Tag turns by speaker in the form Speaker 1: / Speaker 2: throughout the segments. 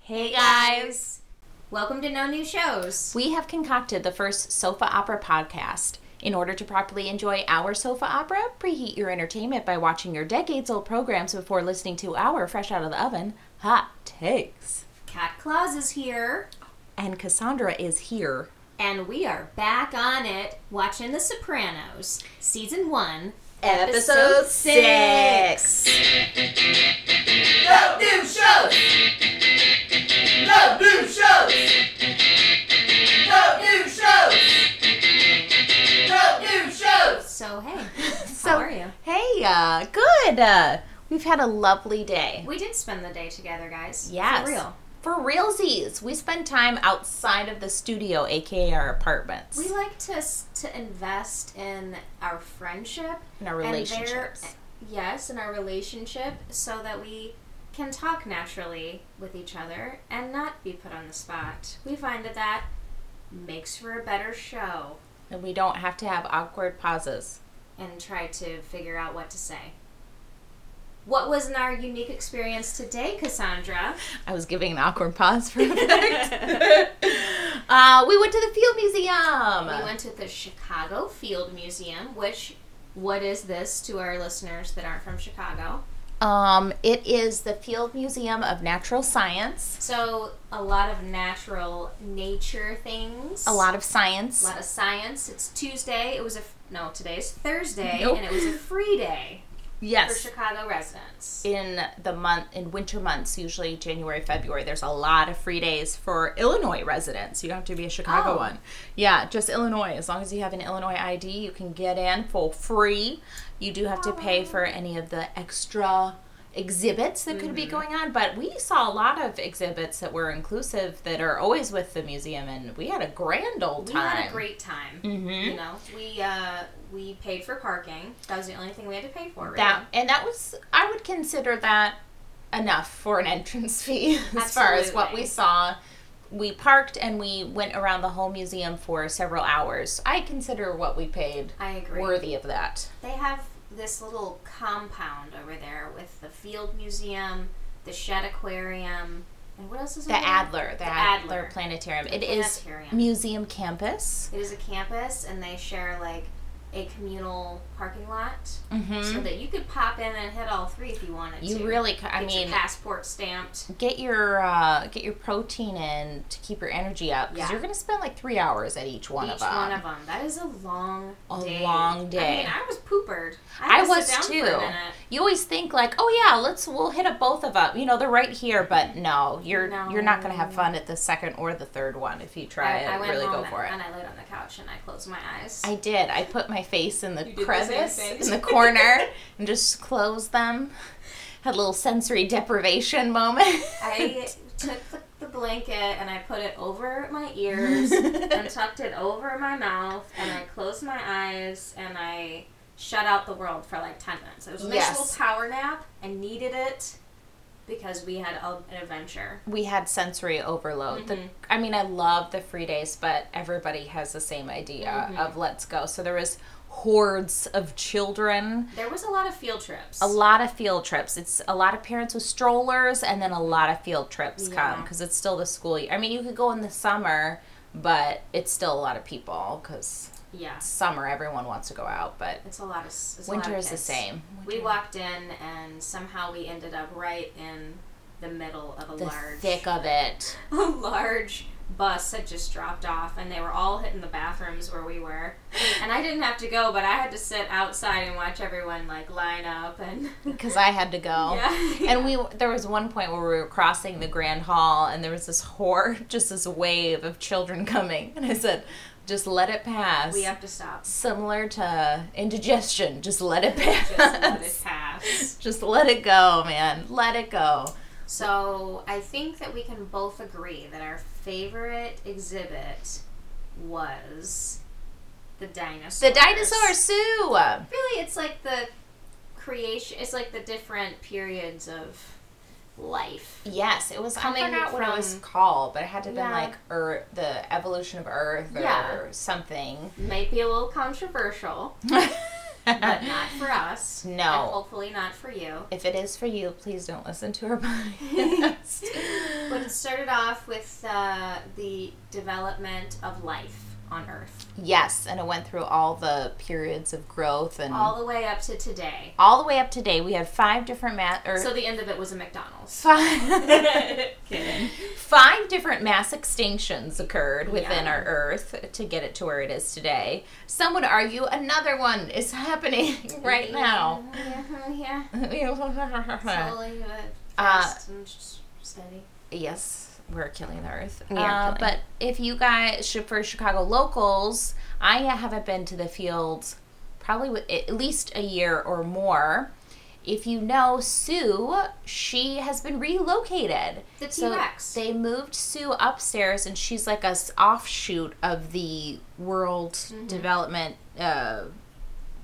Speaker 1: Hey guys! Welcome to No New Shows.
Speaker 2: We have concocted the first sofa opera podcast. In order to properly enjoy our sofa opera, preheat your entertainment by watching your decades old programs before listening to our fresh out of the oven hot takes.
Speaker 1: Cat Claus is here,
Speaker 2: And Cassandra is here.
Speaker 1: and we are back on it watching The Sopranos, Season 1,
Speaker 3: No new shows. No new shows. No new shows. No new shows.
Speaker 1: So, hey,
Speaker 2: So,
Speaker 1: how are you?
Speaker 2: Hey, uh, good. Uh, we've had a lovely day.
Speaker 1: We did spend the day together, guys.
Speaker 2: Yes.
Speaker 1: For real.
Speaker 2: For realsies, we spend time outside of the studio, aka our apartments.
Speaker 1: We like to, s- to invest in our friendship
Speaker 2: in our
Speaker 1: and their-
Speaker 2: relationships.
Speaker 1: yes, in our relationship so that we can talk naturally with each other and not be put on the spot. We find that that makes for a better show
Speaker 2: And we don't have to have awkward pauses.
Speaker 1: and try to figure out what to say. What was in our unique experience today, Cassandra?
Speaker 2: I was giving an awkward pause for effect. uh, we went to the Field Museum.
Speaker 1: We went to the Chicago Field Museum, which what is this to our listeners that aren't from Chicago?
Speaker 2: Um, it is the Field Museum of Natural Science.
Speaker 1: So, a lot of natural nature things.
Speaker 2: A lot of science.
Speaker 1: A lot of science. It's Tuesday. It was a f- no. Today's Thursday,
Speaker 2: Nope.
Speaker 1: and it was a free day for
Speaker 2: yes.
Speaker 1: Chicago residents.
Speaker 2: In the month, in winter months, usually January, February, there's a lot of free days for Illinois residents. You don't have to be a Chicago
Speaker 1: Oh.
Speaker 2: one. Yeah, just Illinois. As long as you have an Illinois ID, you can get in for free. You do have to pay for any of the extra exhibits that could be
Speaker 1: Mm-hmm.
Speaker 2: going on, but we saw a lot of exhibits that were inclusive that are always with the museum, and we had a grand old
Speaker 1: we
Speaker 2: time. Mm-hmm.
Speaker 1: had a great time. You know, we uh, we paid for parking. That was the only thing we had to pay for. Really.
Speaker 2: That and that was I would consider that enough for an entrance fee as far as what
Speaker 1: Absolutely.
Speaker 2: we saw. We parked and we went around the whole museum for several hours. I consider what we paid
Speaker 1: I agree.
Speaker 2: worthy of that.
Speaker 1: They have this little compound over there with the Field Museum, the Shed Aquarium, and what else is
Speaker 2: The
Speaker 1: over there?
Speaker 2: Adler, the,
Speaker 1: Mm-hmm. The
Speaker 2: Adler,
Speaker 1: Adler.
Speaker 2: Planetarium. It
Speaker 1: The
Speaker 2: is
Speaker 1: planetarium.
Speaker 2: museum campus.
Speaker 1: It is a campus, and they share like a communal parking lot. Mm-hmm. so
Speaker 2: hmm
Speaker 1: that you could pop in and hit all three if you wanted to.
Speaker 2: You really, ca- I
Speaker 1: Get
Speaker 2: mean,
Speaker 1: your passport stamped.
Speaker 2: get your uh, get your protein in to keep your energy up because
Speaker 1: Yeah.
Speaker 2: you're going to spend like three hours at each one of
Speaker 1: Each
Speaker 2: them.
Speaker 1: one of them. That is a long,
Speaker 2: A
Speaker 1: day.
Speaker 2: long
Speaker 1: I
Speaker 2: day.
Speaker 1: mean, I was poopered.
Speaker 2: I
Speaker 1: had to sit
Speaker 2: was
Speaker 1: down for a
Speaker 2: too.
Speaker 1: minute.
Speaker 2: you always think like, oh yeah, let's we'll hit up both of them. You know, they're right here, but no, you're
Speaker 1: No.
Speaker 2: you're not gonna have fun at the second or the third one if you try
Speaker 1: I, I
Speaker 2: and
Speaker 1: went
Speaker 2: really
Speaker 1: home
Speaker 2: go
Speaker 1: and,
Speaker 2: for it.
Speaker 1: and I laid on the couch and I closed my eyes.
Speaker 2: I did. I put my face in the
Speaker 1: You did the same
Speaker 2: crevice
Speaker 1: thing.
Speaker 2: in the corner and just closed them. Had a little sensory deprivation moment.
Speaker 1: I took the, the blanket and I put it over my ears and tucked it over my mouth and I closed my eyes and I shut out the world for like 10 minutes. It was a nice
Speaker 2: Yes.
Speaker 1: little power nap. I needed it because we had a, an adventure.
Speaker 2: we had sensory overload. The,
Speaker 1: Mm-hmm.
Speaker 2: I mean, I love the free days, but everybody has the same idea
Speaker 1: Mm-hmm.
Speaker 2: of let's go. So there was hordes of children.
Speaker 1: There was a lot of field trips.
Speaker 2: a lot of field trips. It's a lot of parents with strollers, and then a lot of field trips come 'cause come
Speaker 1: Yeah.
Speaker 2: because it's still the school year. I mean, you could go in the summer, but it's still a lot of people because
Speaker 1: Yeah,
Speaker 2: summer everyone wants to go out, but
Speaker 1: it's a lot of. It's a lot
Speaker 2: winter
Speaker 1: of
Speaker 2: is the
Speaker 1: kids.
Speaker 2: same.
Speaker 1: We walked in and somehow we ended up right in the middle of a
Speaker 2: The
Speaker 1: large,
Speaker 2: thick of it.
Speaker 1: a large bus had just dropped off, and they were all hitting the bathrooms where we were. And I didn't have to go, but I had to sit outside and watch everyone like line up and.
Speaker 2: because I had to go.
Speaker 1: Yeah.
Speaker 2: And we there was one point where we were crossing the grand hall and there was this horde, just this wave of children coming, and I said, "Just let it pass."
Speaker 1: we have to stop.
Speaker 2: Similar to indigestion, just let it pass.
Speaker 1: Just let it pass.
Speaker 2: Just let it go, man. Let it go.
Speaker 1: So I think that we can both agree that our favorite exhibit was the dinosaurs.
Speaker 2: The dinosaur Sue.
Speaker 1: Really, it's like the creation. It's like the different periods of life.
Speaker 2: Yes, it was.
Speaker 1: Coming
Speaker 2: I forgot what it was
Speaker 1: from-
Speaker 2: called, but it had to have been
Speaker 1: Yeah.
Speaker 2: like Earth, the evolution of Earth or
Speaker 1: Yeah.
Speaker 2: something.
Speaker 1: Might be a little controversial, but not for us.
Speaker 2: No.
Speaker 1: And hopefully not for you.
Speaker 2: if it is for you, please don't listen to her podcast.
Speaker 1: But it started off with uh, the development of life on Earth,
Speaker 2: yes, and it went through all the periods of growth and all,
Speaker 1: all the way up to today.
Speaker 2: the way up to today. We had five different mass or
Speaker 1: So the end of it was a McDonald's.
Speaker 2: five,
Speaker 1: Kidding.
Speaker 2: five different mass extinctions occurred within
Speaker 1: Yeah.
Speaker 2: our Earth to get it to where it is today. Some would argue another one is happening right now.
Speaker 1: Yeah, uh-huh, yeah. Slowly, but
Speaker 2: Uh,
Speaker 1: fast and s- steady.
Speaker 2: Yes, we're killing the earth.
Speaker 4: We are
Speaker 2: Uh,
Speaker 4: killing.
Speaker 2: But if you guys, sh- for Chicago locals, I haven't been to the fields probably with, at least a year or more. If you know Sue, she has been relocated.
Speaker 1: The
Speaker 2: So
Speaker 1: T-Rex.
Speaker 2: They moved Sue upstairs, and she's like a s- offshoot of the World Development uh,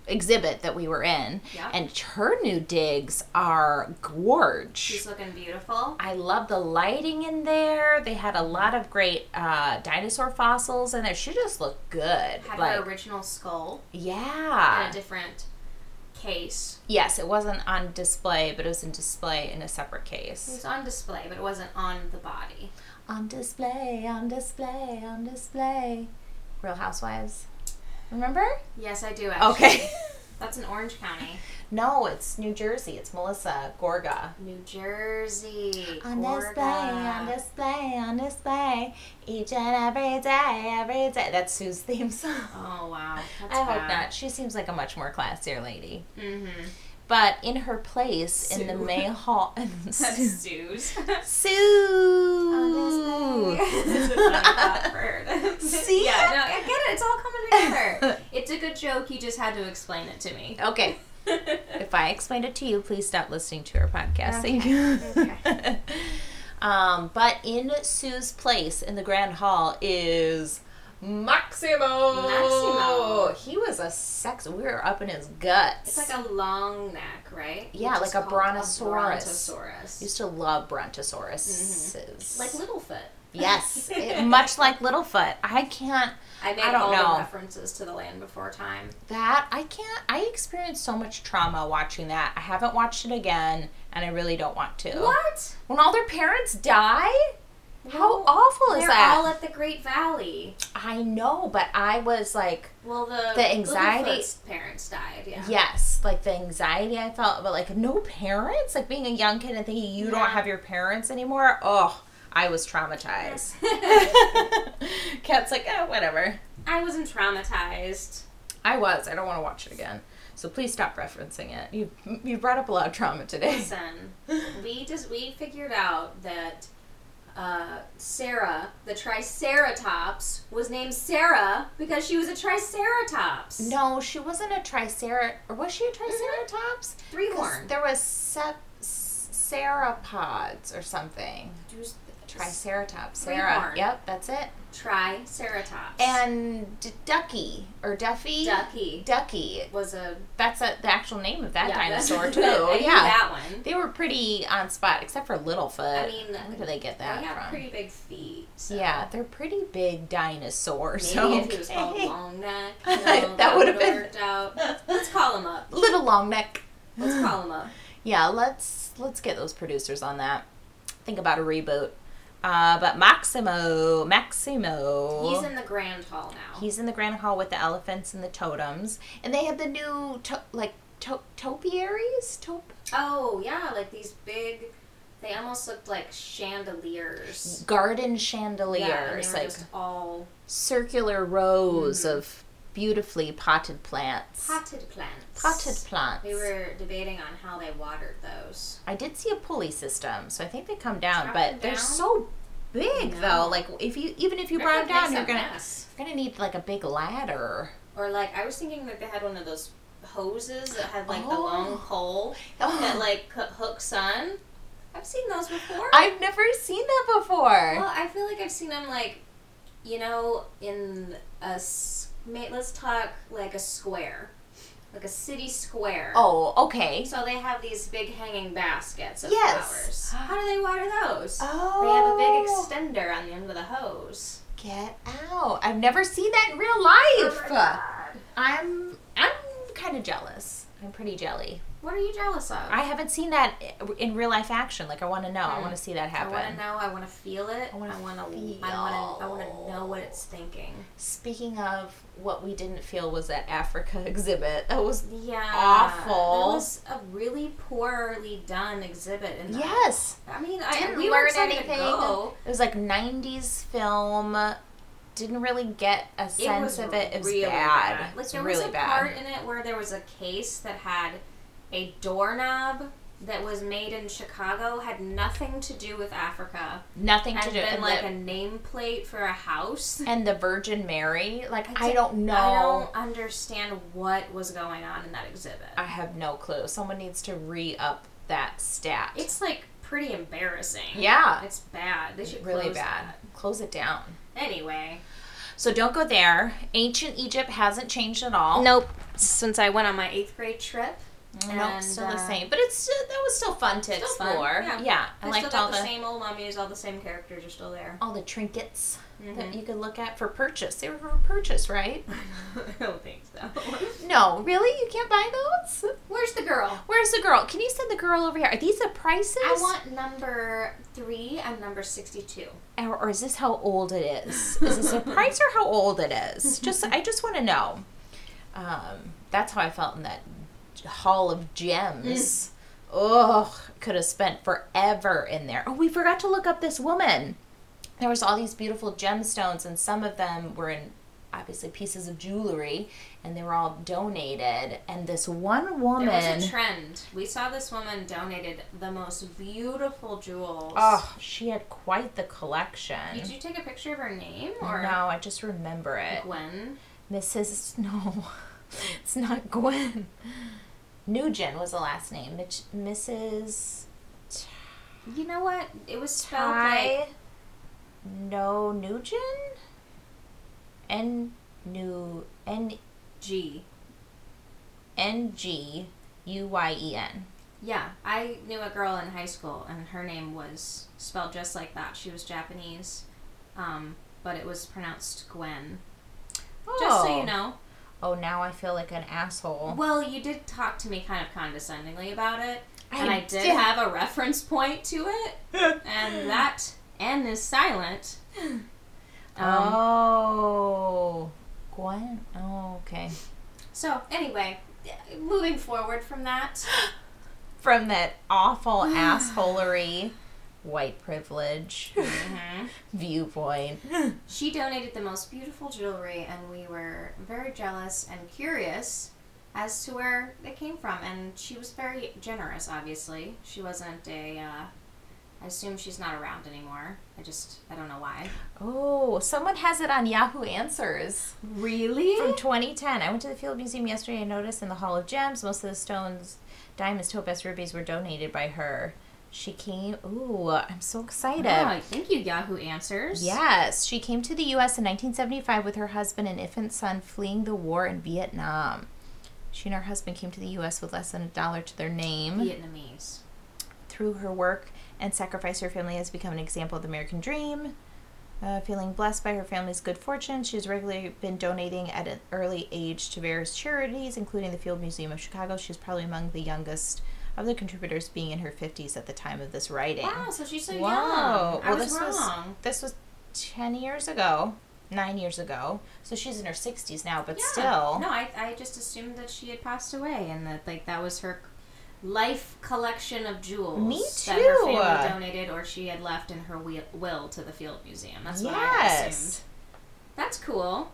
Speaker 2: exhibit that we were in.
Speaker 1: Yeah.
Speaker 2: And her new digs are gorge.
Speaker 1: She's looking beautiful.
Speaker 2: I love the lighting in there. They had a lot of great uh, dinosaur fossils in there. She just looked good.
Speaker 1: Had
Speaker 2: Like,
Speaker 1: her original skull in
Speaker 2: yeah.
Speaker 1: a different case.
Speaker 2: Yes, it wasn't on display, but it was in display in a separate
Speaker 1: It
Speaker 2: case.
Speaker 1: was on display, but it wasn't on the body.
Speaker 2: On display, on display, on display. Real Housewives. Remember?
Speaker 1: Yes, I do actually.
Speaker 2: Okay.
Speaker 1: That's in Orange County,
Speaker 2: no, it's New Jersey. It's Melissa Gorga.
Speaker 1: New Jersey.
Speaker 2: On display, on
Speaker 1: Florida.
Speaker 2: display, on display. Each and every day, every day. That's Sue's theme song.
Speaker 1: Oh wow. That's
Speaker 2: I hope not. She seems like a much more classier lady.
Speaker 1: Mm-hmm.
Speaker 2: But in her place in the
Speaker 1: Sue.
Speaker 2: May Hall,
Speaker 1: That's Sue's.
Speaker 2: Sue.
Speaker 1: It's a funny thought word.
Speaker 2: See?
Speaker 1: Yeah, no, I get it. It's all coming together. It's a good joke. You just had to explain it to me.
Speaker 2: okay, if I explained it to you, please stop listening to her podcast. Thank you. um, but in Sue's place in the Grand Hall is. Maximo.
Speaker 1: Maximo.
Speaker 2: He was a sex. We were up in his guts.
Speaker 1: it's like a long neck, right?
Speaker 2: Yeah,
Speaker 1: Which
Speaker 2: like
Speaker 1: is
Speaker 2: a
Speaker 1: called
Speaker 2: brontosaurus.
Speaker 1: brontosaurus.
Speaker 2: used to love brontosauruses.
Speaker 1: Mm-hmm. Like Littlefoot.
Speaker 2: Yes, it- much like Littlefoot. I can't.
Speaker 1: I made
Speaker 2: don't
Speaker 1: all
Speaker 2: know.
Speaker 1: the references to the Land Before Time.
Speaker 2: That I can't. I experienced so much trauma watching that. I haven't watched it again, and I really don't want to.
Speaker 1: What?
Speaker 2: When all their parents die? How
Speaker 1: Well,
Speaker 2: awful is
Speaker 1: They're
Speaker 2: that?
Speaker 1: all at the Great Valley.
Speaker 2: I know, but I was like,
Speaker 1: Well, the
Speaker 2: The anxiety-
Speaker 1: Littlefoot's parents died. Yeah.
Speaker 2: yes, like the anxiety I felt, but like no parents, like being a young kid and thinking you
Speaker 1: Yeah.
Speaker 2: don't have your parents anymore. Oh, I was traumatized. Cat's like, oh, whatever.
Speaker 1: I wasn't traumatized.
Speaker 2: I was. I don't want to watch it again. So please stop referencing it. You you brought up a lot of trauma today.
Speaker 1: Listen, we just we figured out that uh, Sarah, the Triceratops, was named Sarah because she was a Triceratops.
Speaker 2: No, she wasn't a tricerat. Or was she a triceratops?
Speaker 1: three
Speaker 2: 'Cause
Speaker 1: horn.
Speaker 2: There was sep- s- serapods or something. Triceratops. Sarah.
Speaker 1: Three-horn.
Speaker 2: Yep, that's it.
Speaker 1: Triceratops.
Speaker 2: And D- Ducky or Duffy.
Speaker 1: Ducky
Speaker 2: Ducky.
Speaker 1: was a
Speaker 2: That's a, the actual name of that
Speaker 1: yeah,
Speaker 2: dinosaur
Speaker 1: that's-
Speaker 2: too.
Speaker 1: I knew
Speaker 2: yeah.
Speaker 1: that one.
Speaker 2: They were pretty on spot, except for Littlefoot.
Speaker 1: I mean,
Speaker 2: where do they get that
Speaker 1: they have
Speaker 2: from?
Speaker 1: pretty big feet. So.
Speaker 2: Yeah, they're pretty big
Speaker 1: Maybe
Speaker 2: dinosaurs.
Speaker 1: if he was called
Speaker 2: okay.
Speaker 1: long neck, you know,
Speaker 2: That
Speaker 1: that,
Speaker 2: would
Speaker 1: would
Speaker 2: have
Speaker 1: have
Speaker 2: been-
Speaker 1: worked out. Let's call him up.
Speaker 2: little long neck.
Speaker 1: Let's call him up.
Speaker 2: Yeah, let's let's get those producers on that. Think about a reboot. Uh, but Maximo, Maximo,
Speaker 1: He's in the grand hall now.
Speaker 2: he's in the grand hall with the elephants and the totems, and they have the new to- like to- topiaries. Top
Speaker 1: Oh yeah, like these big. They almost looked like chandeliers.
Speaker 2: garden
Speaker 1: Yeah, and they
Speaker 2: chandeliers,
Speaker 1: were
Speaker 2: like
Speaker 1: just all
Speaker 2: circular rows of beautifully potted plants,
Speaker 1: potted plants.
Speaker 2: potted plants.
Speaker 1: We were debating on how they watered those.
Speaker 2: I did see a pulley system, so I think they come down,
Speaker 1: Drop
Speaker 2: but
Speaker 1: them
Speaker 2: they're
Speaker 1: down?
Speaker 2: so big
Speaker 1: No.
Speaker 2: though. Like if you even if you
Speaker 1: That
Speaker 2: brought them
Speaker 1: would
Speaker 2: down,
Speaker 1: make
Speaker 2: you're
Speaker 1: some
Speaker 2: gonna
Speaker 1: mess.
Speaker 2: you're gonna need like a big ladder.
Speaker 1: Or like I was thinking that they had one of those hoses that had like the
Speaker 2: Oh.
Speaker 1: long pole that like co- hooks on. I've seen those before.
Speaker 2: I've never seen that before.
Speaker 1: Well, I feel like I've seen them like, you know, in a s- ma- let's talk like a square, like a city square.
Speaker 2: oh, okay.
Speaker 1: So they have these big hanging baskets of
Speaker 2: Yes.
Speaker 1: flowers. How do they water those?
Speaker 2: Oh,
Speaker 1: They have a big extender on the end of the hose. Oh
Speaker 2: they have a big get out. I've never seen that in real life. I'm I'm kind of jealous. I'm pretty jelly.
Speaker 1: What are you jealous of?
Speaker 2: I haven't seen that i- in real life action. Like I want to know. I want to see that
Speaker 1: Hmm. I want to
Speaker 2: happen.
Speaker 1: know. I want to feel it. I
Speaker 2: I wanna
Speaker 1: want to. I want to. I want to
Speaker 2: feel.
Speaker 1: know what it's thinking.
Speaker 2: Speaking of what we didn't feel was that Africa exhibit. That was
Speaker 1: Yeah.
Speaker 2: Awful.
Speaker 1: That was a really poorly done exhibit. In that.
Speaker 2: yes.
Speaker 1: I mean, I
Speaker 2: Didn't
Speaker 1: we
Speaker 2: learn
Speaker 1: learned anything.
Speaker 2: anything. It was like '90s film. Didn't really get a sense of it. It was bad. It
Speaker 1: Like
Speaker 2: was
Speaker 1: there
Speaker 2: really
Speaker 1: was a
Speaker 2: bad.
Speaker 1: part in it where there was a case that had a doorknob that was made in Chicago had nothing to do with Africa
Speaker 2: Nothing to
Speaker 1: and
Speaker 2: do.
Speaker 1: been
Speaker 2: And,
Speaker 1: like
Speaker 2: the,
Speaker 1: a nameplate for a house.
Speaker 2: and the Virgin Mary. Like
Speaker 1: I
Speaker 2: I,
Speaker 1: di-
Speaker 2: don't know.
Speaker 1: I don't understand what was going on in that exhibit.
Speaker 2: I have no clue. Someone needs to re up that stat.
Speaker 1: It's like pretty embarrassing.
Speaker 2: yeah,
Speaker 1: It's bad. They should
Speaker 2: really
Speaker 1: close
Speaker 2: bad. Close it down.
Speaker 1: that. Anyway,
Speaker 2: So don't go there. Ancient Egypt hasn't changed at all.
Speaker 1: nope. Since I went on my eighth grade trip,
Speaker 2: nope,
Speaker 1: And,
Speaker 2: still the
Speaker 1: uh,
Speaker 2: same. But it's uh, that was still fun to
Speaker 1: Still fun,
Speaker 2: explore.
Speaker 1: yeah.
Speaker 2: Yeah, I
Speaker 1: they
Speaker 2: liked
Speaker 1: still got
Speaker 2: all the,
Speaker 1: the same old mummies. All the same characters are still there.
Speaker 2: all the trinkets that
Speaker 1: Mhm.
Speaker 2: you could look at for purchase. They were for purchase, right?
Speaker 1: I don't think so.
Speaker 2: No, really, you can't buy those.
Speaker 1: Where's the girl?
Speaker 2: Where's the girl? Can you send the girl over here? Are these the prices?
Speaker 1: I want number three and number sixty-two.
Speaker 2: or, or is this how old it is? Is this a price or how old it is? Just I just want to know. Um, that's how I felt in that hall of gems. Ugh, could have spent forever in there. Oh, we forgot to look up this woman. There was all these beautiful gemstones, and some of them were in obviously pieces of jewelry, and they were all donated. And this one woman,
Speaker 1: There was a trend. We saw this woman donated the most beautiful jewels.
Speaker 2: oh, she had quite the collection.
Speaker 1: Did you take a picture of her name or
Speaker 2: No, I just remember it.
Speaker 1: Gwen?
Speaker 2: Mrs. No, it's not Gwen. Nugent was the last name. Mitch, Mrs.
Speaker 1: You know what? It was spelled like
Speaker 2: Ty. No, Nugent. N new N
Speaker 1: G.
Speaker 2: N G U Y E N.
Speaker 1: Yeah, I knew a girl in high school, and her name was spelled just like that. She was Japanese, um, but it was pronounced Gwen. Just so you know.
Speaker 2: Oh, now I feel like an asshole.
Speaker 1: Well, you did talk to me kind of condescendingly about it, and I,
Speaker 2: I
Speaker 1: did,
Speaker 2: did.
Speaker 1: have a reference point to it, and that N is silent. Um,
Speaker 2: oh, Gwen. Oh, okay.
Speaker 1: So, anyway, moving forward from that,
Speaker 2: From that awful assholery, white privilege. viewpoint.
Speaker 1: Mm-hmm. she donated the most beautiful jewelry, and we were very jealous and curious as to where it came from. And she was very generous, obviously. She wasn't a. Uh, I assume she's not around anymore. I just, I don't know why.
Speaker 2: Oh, someone has it on Yahoo Answers
Speaker 1: Really?
Speaker 2: from 2010. I went to the Field Museum yesterday and noticed in the Hall of Gems, most of the stones, diamonds, topaz, rubies were donated by her. She came. Ooh, I'm so excited.
Speaker 1: Yeah, thank you, Yahoo Answers.
Speaker 2: Yes, she came to the U.S. in 1975 with her husband and infant son fleeing the war in Vietnam. She and her husband came to the U.S. with less than a dollar to their name.
Speaker 1: Vietnamese.
Speaker 2: through her work and sacrifice her family has become an example of the American dream. Uh, feeling blessed by her family's good fortune, she has regularly been donating at an early age to various charities, including the Field Museum of Chicago. She's probably among the youngest of the contributors, being in her 50s at the time of this writing.
Speaker 1: Wow, so she's so young.
Speaker 2: Wow.
Speaker 1: I
Speaker 2: Well,
Speaker 1: was
Speaker 2: this was-
Speaker 1: wrong.
Speaker 2: This was 10 years ago, nine years ago. So she's in her 60s now, but
Speaker 1: Yeah.
Speaker 2: still.
Speaker 1: No, I, I just assumed that she had passed away and that like that was her life collection of jewels
Speaker 2: Me
Speaker 1: that her
Speaker 2: too.
Speaker 1: family donated or she had left in her wi- will to the Field Museum. That's what I had assumed.
Speaker 2: yes.
Speaker 1: That's cool.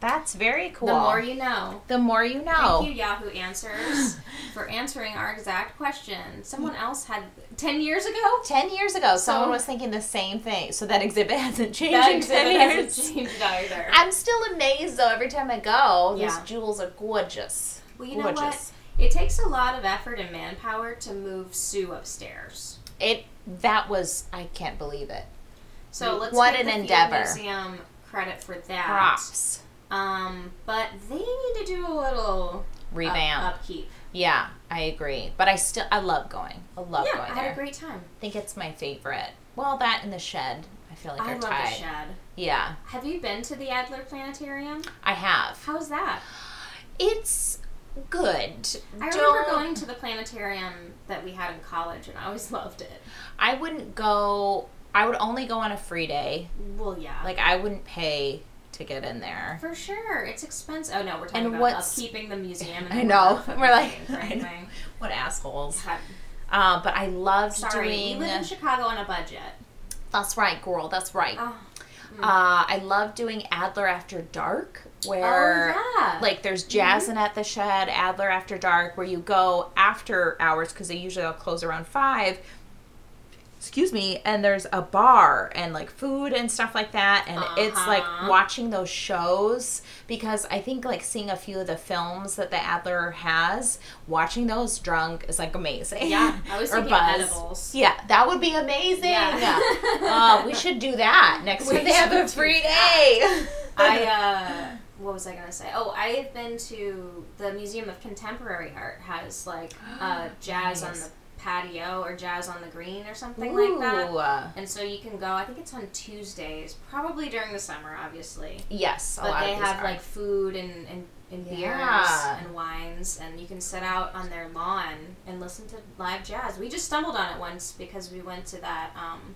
Speaker 2: That's very cool.
Speaker 1: The more you know.
Speaker 2: The more you know.
Speaker 1: Thank you, Yahoo Answers, for answering our exact question. Someone else had ten years ago.
Speaker 2: 10 years ago, someone
Speaker 1: So-
Speaker 2: was thinking the same thing. So that exhibit hasn't changed
Speaker 1: That
Speaker 2: in 10
Speaker 1: exhibit hasn't
Speaker 2: years.
Speaker 1: changed either.
Speaker 2: I'm still amazed though every time I go.
Speaker 1: Yeah.
Speaker 2: Those jewels are gorgeous.
Speaker 1: Well, you know
Speaker 2: gorgeous.
Speaker 1: what? It takes a lot of effort and manpower to move Sue upstairs.
Speaker 2: It that was I can't believe it.
Speaker 1: So let's
Speaker 2: Mm, What
Speaker 1: give
Speaker 2: an
Speaker 1: the Field
Speaker 2: endeavor.
Speaker 1: Museum credit for that.
Speaker 2: Props.
Speaker 1: Um, but they need to do a little up-
Speaker 2: Revamp.
Speaker 1: upkeep.
Speaker 2: Yeah, I agree. But I still I love going. I love
Speaker 1: yeah, I
Speaker 2: going
Speaker 1: had
Speaker 2: there.
Speaker 1: a great time.
Speaker 2: I think it's my favorite. Well, that and the shed. I feel like
Speaker 1: I
Speaker 2: are
Speaker 1: love
Speaker 2: tied.
Speaker 1: the shed.
Speaker 2: Yeah,
Speaker 1: Have you been to the Adler Planetarium?
Speaker 2: I have.
Speaker 1: How's that?
Speaker 2: It's good.
Speaker 1: I remember
Speaker 2: Don't-
Speaker 1: going to the planetarium that we had in college, and I always loved it.
Speaker 2: I wouldn't go. I would only go on a free day.
Speaker 1: Well, yeah,
Speaker 2: Like I wouldn't pay to get in there.
Speaker 1: for sure. It's expensive. Oh no, we're talking
Speaker 2: And
Speaker 1: about
Speaker 2: what's-
Speaker 1: upkeeping the museum. And
Speaker 2: I
Speaker 1: the
Speaker 2: know.
Speaker 1: wildlife
Speaker 2: We're like-
Speaker 1: and
Speaker 2: I know.
Speaker 1: everything.
Speaker 2: What assholes.
Speaker 1: God,
Speaker 2: Uh, but I loved
Speaker 1: Sorry,
Speaker 2: doing.
Speaker 1: we live in Chicago on a budget.
Speaker 2: that's right, girl. That's right.
Speaker 1: Oh,
Speaker 2: Uh, I love doing Adler After Dark, where
Speaker 1: oh yeah,
Speaker 2: like there's
Speaker 1: Mm-hmm.
Speaker 2: jazz in at the shed, Adler After Dark, where you go after hours because they usually all close around five. Excuse me, and there's a bar and like food and stuff like that, and it's like
Speaker 1: Uh-huh.
Speaker 2: watching those shows because I think like seeing a few of the films that the Adler has, watching those drunk is like amazing.
Speaker 1: yeah. I was
Speaker 2: or
Speaker 1: thinking
Speaker 2: Buzz.
Speaker 1: edibles.
Speaker 2: Yeah, that would be amazing.
Speaker 1: Yeah.
Speaker 2: Uh, we should do that next
Speaker 1: We
Speaker 2: time they have a
Speaker 1: should do
Speaker 2: free day.
Speaker 1: that. I uh what was I gonna say? Oh, I've been to the Museum of Contemporary Art has like uh jazz on
Speaker 2: Nice.
Speaker 1: the patio or jazz on the green or something
Speaker 2: Ooh,
Speaker 1: like that.
Speaker 2: uh,
Speaker 1: And so you can go. I think it's on Tuesdays, probably during the summer, obviously.
Speaker 2: Yes, a
Speaker 1: but
Speaker 2: lot
Speaker 1: they
Speaker 2: of these
Speaker 1: have
Speaker 2: are.
Speaker 1: like food and and, and
Speaker 2: Yeah.
Speaker 1: beers and wines, and you can sit out on their lawn and listen to live jazz. We just stumbled on it once because we went to that. Um,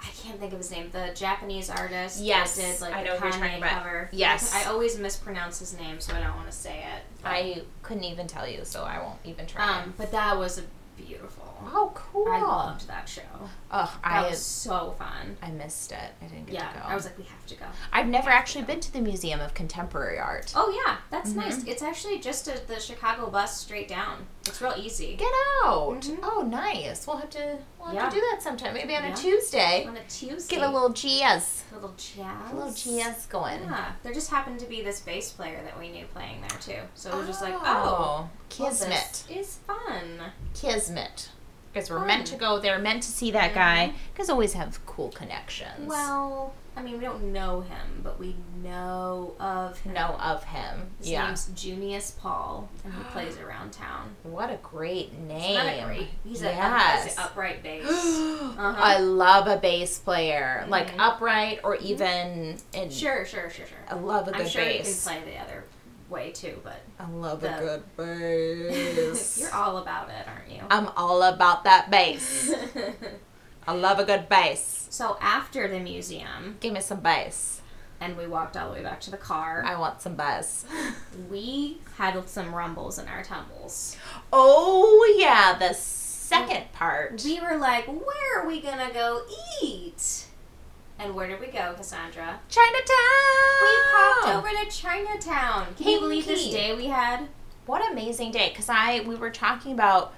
Speaker 1: I can't think of his name. The Japanese artist. that
Speaker 2: Yes,
Speaker 1: did like
Speaker 2: I
Speaker 1: the
Speaker 2: know who you're
Speaker 1: Kanye
Speaker 2: talking about.
Speaker 1: cover.
Speaker 2: Yes.
Speaker 1: I, I always mispronounce his name, so I don't want to say it.
Speaker 2: I couldn't even tell you, so I won't even try.
Speaker 1: Um, but that was a beautiful.
Speaker 2: oh, cool.
Speaker 1: I loved that show.
Speaker 2: Ugh,
Speaker 1: That
Speaker 2: I
Speaker 1: was so fun.
Speaker 2: I missed it. I didn't get
Speaker 1: Yeah,
Speaker 2: to go.
Speaker 1: I was like, we have to go.
Speaker 2: I've never actually been to the Museum of Contemporary Art.
Speaker 1: Oh yeah, that's
Speaker 2: Mm-hmm.
Speaker 1: nice. It's actually just a, the Chicago bus straight down. It's real easy.
Speaker 2: Get out!
Speaker 1: Mhm.
Speaker 2: Oh, nice. We'll have to we'll have
Speaker 1: Yeah.
Speaker 2: to do that sometime. Maybe on
Speaker 1: Yeah.
Speaker 2: a Tuesday.
Speaker 1: on a Tuesday.
Speaker 2: Get a little jazz,
Speaker 1: little jazz.
Speaker 2: a little jazz going.
Speaker 1: Yeah. There just happened to be this bass player that we knew playing there too. So we were just like, oh,
Speaker 2: Oh,
Speaker 1: well,
Speaker 2: kismet,
Speaker 1: this is fun.
Speaker 2: kismet. Because we're
Speaker 1: Fun. Mm-hmm.
Speaker 2: meant to go there, meant to see that guy. Because always have cool connections.
Speaker 1: Well, I mean, we don't know him, but we know of him.
Speaker 2: know of him.
Speaker 1: His
Speaker 2: yeah.
Speaker 1: name's Junius Paul, and he plays around town.
Speaker 2: What a great name.
Speaker 1: Isn't that great? He's a-
Speaker 2: yes.
Speaker 1: a, an upright bass. Uh-huh.
Speaker 2: I love a bass player, like
Speaker 1: Mhm.
Speaker 2: upright or even in.
Speaker 1: sure, sure, sure, sure.
Speaker 2: I love a good
Speaker 1: I'm sure
Speaker 2: bass.
Speaker 1: you can play the other way too, but
Speaker 2: I love
Speaker 1: the-
Speaker 2: a good bass.
Speaker 1: you're all about it, aren't you?
Speaker 2: I'm all about that bass. I love a good bass.
Speaker 1: so after the museum,
Speaker 2: Give me some bass.
Speaker 1: and we walked all the way back to the car.
Speaker 2: I want some bass.
Speaker 1: We had some rumbles in our tumbles.
Speaker 2: Oh yeah, the second part.
Speaker 1: We were like, where are we gonna go eat? And where did we go, Cassandra?
Speaker 2: Chinatown.
Speaker 1: We popped
Speaker 2: Oh.
Speaker 1: over to Chinatown. Can you believe this
Speaker 2: Pinky.
Speaker 1: day we had?
Speaker 2: What an amazing day! Because I we were talking about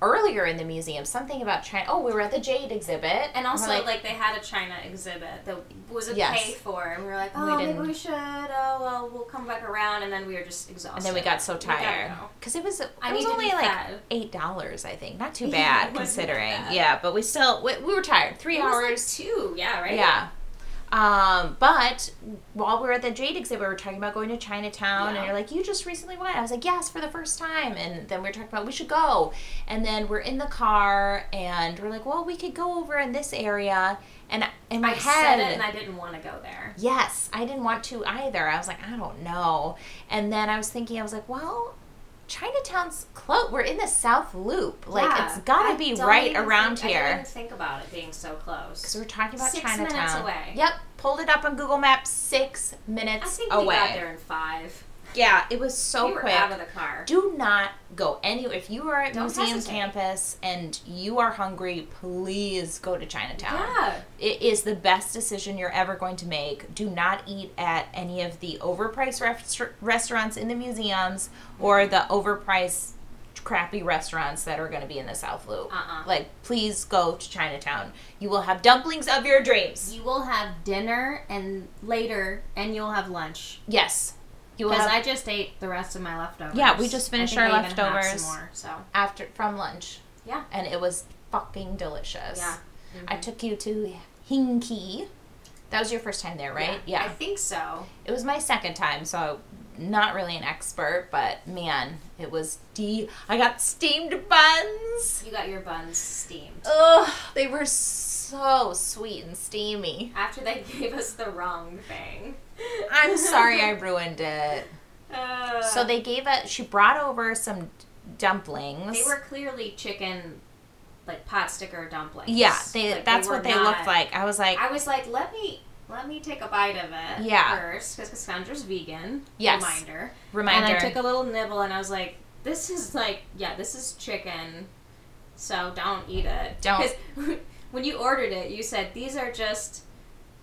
Speaker 2: earlier in the museum something about China. Oh, we were at the jade exhibit,
Speaker 1: And also,
Speaker 2: We're
Speaker 1: like, they had a China exhibit that was a
Speaker 2: Yes.
Speaker 1: pay for, and we were like,
Speaker 2: We
Speaker 1: oh, maybe
Speaker 2: didn't-
Speaker 1: we should. Oh, well, we'll come back around, and then we were just exhausted.
Speaker 2: and then we got so
Speaker 1: We gotta
Speaker 2: tired
Speaker 1: go.
Speaker 2: because it was it
Speaker 1: I
Speaker 2: was
Speaker 1: need to
Speaker 2: only
Speaker 1: be
Speaker 2: like
Speaker 1: fed.
Speaker 2: eight dollars, I think. Not too
Speaker 1: Yeah,
Speaker 2: bad
Speaker 1: it wasn't
Speaker 2: considering.
Speaker 1: bad.
Speaker 2: Yeah, but we still we, we were tired. Three
Speaker 1: It was, like,
Speaker 2: hours.
Speaker 1: two, yeah, right?
Speaker 2: Yeah. Um, but while we were at the Jade exhibit, we were talking about going to Chinatown,
Speaker 1: Yeah.
Speaker 2: and you're like, "You just recently went." I was like, "Yes, for the first time." And then we were talking about we should go, and then we're in the car, and we're like, "Well, we could go over in this area." And in
Speaker 1: I
Speaker 2: my head,
Speaker 1: said it, and I didn't want to go there.
Speaker 2: yes, I didn't want to either. I was like, I don't know. And then I was thinking, I was like, well, Chinatown's close. We're in the South Loop. Like,
Speaker 1: Yeah,
Speaker 2: it's got
Speaker 1: I
Speaker 2: to be
Speaker 1: don't
Speaker 2: right
Speaker 1: even
Speaker 2: around
Speaker 1: think- I didn't
Speaker 2: here.
Speaker 1: even think about it being so
Speaker 2: Because
Speaker 1: close.
Speaker 2: we're talking about
Speaker 1: Six minutes
Speaker 2: Chinatown.
Speaker 1: away.
Speaker 2: Yep. Pulled it up on Google Maps. Six
Speaker 1: I
Speaker 2: minutes
Speaker 1: think
Speaker 2: away.
Speaker 1: we got there in five.
Speaker 2: Yeah, it was so
Speaker 1: we were
Speaker 2: quick.
Speaker 1: out of the car.
Speaker 2: Do not go anywhere. If you are at
Speaker 1: Don't
Speaker 2: museum
Speaker 1: hesitate.
Speaker 2: campus and you are hungry, please go to Chinatown.
Speaker 1: Yeah,
Speaker 2: It is the best decision you're ever going to make. Do not eat at any of the overpriced rest- restaurants in the museums or
Speaker 1: Mm-hmm.
Speaker 2: the overpriced crappy restaurants that are going to be in the South Loop.
Speaker 1: Uh-uh.
Speaker 2: Like, please go to Chinatown. You will have dumplings of your dreams.
Speaker 1: you will have dinner and later, and you'll have lunch
Speaker 2: Yes. You will
Speaker 1: because
Speaker 2: have
Speaker 1: I just ate the rest of my leftovers.
Speaker 2: Yeah, we
Speaker 1: I
Speaker 2: just finished
Speaker 1: think
Speaker 2: our
Speaker 1: I even have
Speaker 2: leftovers.
Speaker 1: Some more, so
Speaker 2: after from lunch.
Speaker 1: Yeah.
Speaker 2: And it was fucking delicious.
Speaker 1: yeah, Mm-hmm.
Speaker 2: I took you to Hinki. That was your first time there, right?
Speaker 1: I think so.
Speaker 2: It was my second time, so not really an expert, but man, it was de. I got steamed buns.
Speaker 1: You got your buns steamed
Speaker 2: Ugh, they were so sweet and steamy.
Speaker 1: after they gave us the wrong thing.
Speaker 2: I'm sorry I ruined it.
Speaker 1: Uh,
Speaker 2: So they gave us. She brought over some dumplings.
Speaker 1: they were clearly chicken, like pot sticker dumplings.
Speaker 2: yeah, they.
Speaker 1: Like,
Speaker 2: that's
Speaker 1: were
Speaker 2: what they
Speaker 1: not-
Speaker 2: looked like. I was like,
Speaker 1: I was like, let me let me take a bite of it
Speaker 2: Yeah.
Speaker 1: first because Cassandra's vegan.
Speaker 2: Yes.
Speaker 1: Reminder.
Speaker 2: reminder.
Speaker 1: And I took a little nibble and I was like, this is like, yeah, this is chicken. So don't eat it.
Speaker 2: Don't.
Speaker 1: 'Cause when you ordered it, you said these are just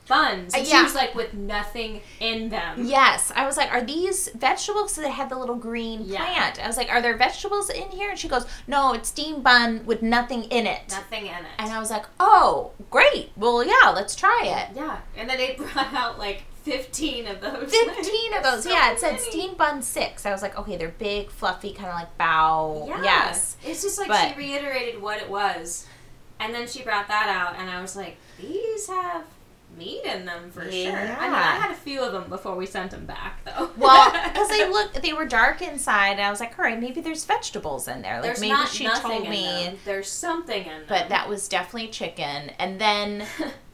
Speaker 1: buns.
Speaker 2: Uh,
Speaker 1: It
Speaker 2: yeah.
Speaker 1: seems like with nothing in them.
Speaker 2: Yes, I was like, "Are these vegetables that had the little green
Speaker 1: Yeah.
Speaker 2: plant?" I was like, "Are there vegetables in here?" And she goes, "No, it's steam bun with nothing in it."
Speaker 1: Nothing in it.
Speaker 2: And I was like, "Oh, great! Well, yeah, let's try it."
Speaker 1: yeah. And then they brought out like 15 of those.
Speaker 2: Fifteen of those,
Speaker 1: So
Speaker 2: yeah. It said
Speaker 1: many.
Speaker 2: steam bun six. I was like, "Okay, they're big, fluffy, kind of like bow."
Speaker 1: Yeah.
Speaker 2: Yes,
Speaker 1: It's just like
Speaker 2: But-
Speaker 1: she reiterated what it was. And then she brought that out, and I was like, these have meat in them for sure. I mean, I
Speaker 2: Yeah.
Speaker 1: had a few of them before we sent them back, though.
Speaker 2: Well, because they look, they were dark inside, and I was like, "All right, maybe there's vegetables in there." Like
Speaker 1: There's
Speaker 2: maybe
Speaker 1: not
Speaker 2: she
Speaker 1: nothing
Speaker 2: told
Speaker 1: in
Speaker 2: me,
Speaker 1: them. There's something in them.
Speaker 2: but that was definitely chicken. And then.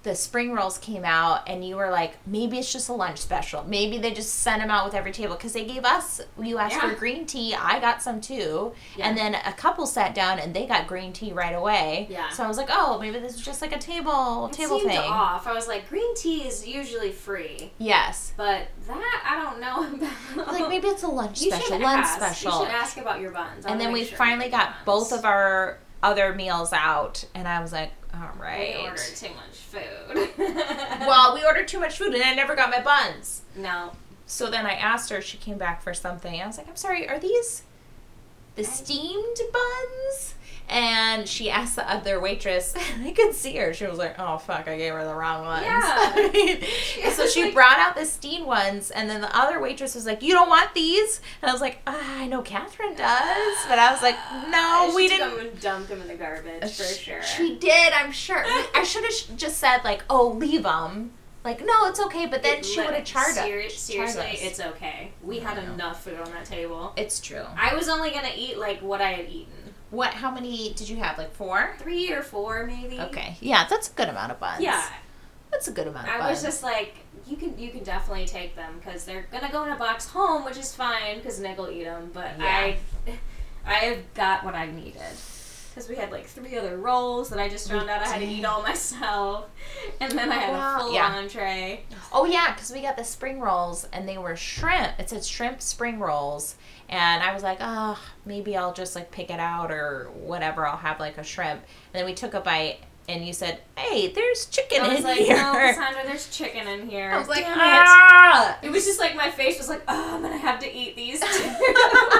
Speaker 2: the spring rolls came out and you were like maybe it's just a lunch special maybe they just sent them out with every table because they gave us you asked
Speaker 1: Yeah.
Speaker 2: for green tea i got some too
Speaker 1: Yeah.
Speaker 2: and then a couple sat down and they got green tea right away
Speaker 1: Yeah.
Speaker 2: so i was like oh maybe this is just like a table
Speaker 1: It
Speaker 2: table
Speaker 1: seemed
Speaker 2: thing
Speaker 1: off. I was like, green tea is usually free,
Speaker 2: yes
Speaker 1: but that I don't know about.
Speaker 2: like maybe it's a lunch
Speaker 1: you
Speaker 2: special
Speaker 1: should
Speaker 2: lunch
Speaker 1: ask.
Speaker 2: special
Speaker 1: You should ask about your buns. I
Speaker 2: and
Speaker 1: wanna
Speaker 2: then
Speaker 1: make
Speaker 2: we
Speaker 1: sure
Speaker 2: finally
Speaker 1: about your
Speaker 2: got both
Speaker 1: buns.
Speaker 2: of our other meals out and i was like all
Speaker 1: We
Speaker 2: right
Speaker 1: ordered too much food.
Speaker 2: well we ordered too much food and i never got my buns
Speaker 1: no,
Speaker 2: So then I asked her, she came back for something. I was like, I'm sorry, are these the steamed buns? And she asked the other waitress, and I could see her. She was like, oh, fuck, I gave her the wrong ones.
Speaker 1: Yeah.
Speaker 2: I mean, and so
Speaker 1: was
Speaker 2: she
Speaker 1: like-
Speaker 2: brought out the steamed ones, and then the other waitress was like, you don't want these? And I was like, ah, I know Catherine does. But I was like, no,
Speaker 1: She
Speaker 2: we
Speaker 1: took
Speaker 2: didn't.
Speaker 1: them and dumped them in the garbage for
Speaker 2: She-
Speaker 1: sure.
Speaker 2: She did, I'm sure. I should have just said, like, oh, leave them. Like, no, it's okay. But then
Speaker 1: It
Speaker 2: she
Speaker 1: lit-
Speaker 2: would have charged us.
Speaker 1: seri- Seriously,
Speaker 2: us.
Speaker 1: it's okay. We
Speaker 2: I
Speaker 1: had
Speaker 2: know.
Speaker 1: enough food on that table.
Speaker 2: It's true.
Speaker 1: I was only gonna eat like what I had eaten,
Speaker 2: What? How many did you have? Like four?
Speaker 1: three or four maybe.
Speaker 2: Okay. Yeah, that's a good amount of buns.
Speaker 1: Yeah,
Speaker 2: that's a good amount of
Speaker 1: I was
Speaker 2: buns.
Speaker 1: just like, you can you can definitely take them because they're gonna go in a box home, which is fine because Nick will eat them. But
Speaker 2: Yeah.
Speaker 1: I, I have got what I needed because we had like three other rolls that I just
Speaker 2: We
Speaker 1: found out I had to
Speaker 2: did.
Speaker 1: eat all myself, and then I had
Speaker 2: Wow.
Speaker 1: a full
Speaker 2: Yeah.
Speaker 1: entree.
Speaker 2: oh yeah, because we got the spring rolls and they were shrimp. It said shrimp spring rolls, and I was like, ah, maybe I'll just like pick it out or whatever. I'll have like a shrimp. And then we took a bite, and you said, hey, there's chicken
Speaker 1: I was
Speaker 2: in
Speaker 1: like,
Speaker 2: here.
Speaker 1: no, Cassandra, there's chicken in here.
Speaker 2: I was like,
Speaker 1: Damn it.
Speaker 2: ah.
Speaker 1: It was just like my face was like, oh, I'm gonna have to eat these too.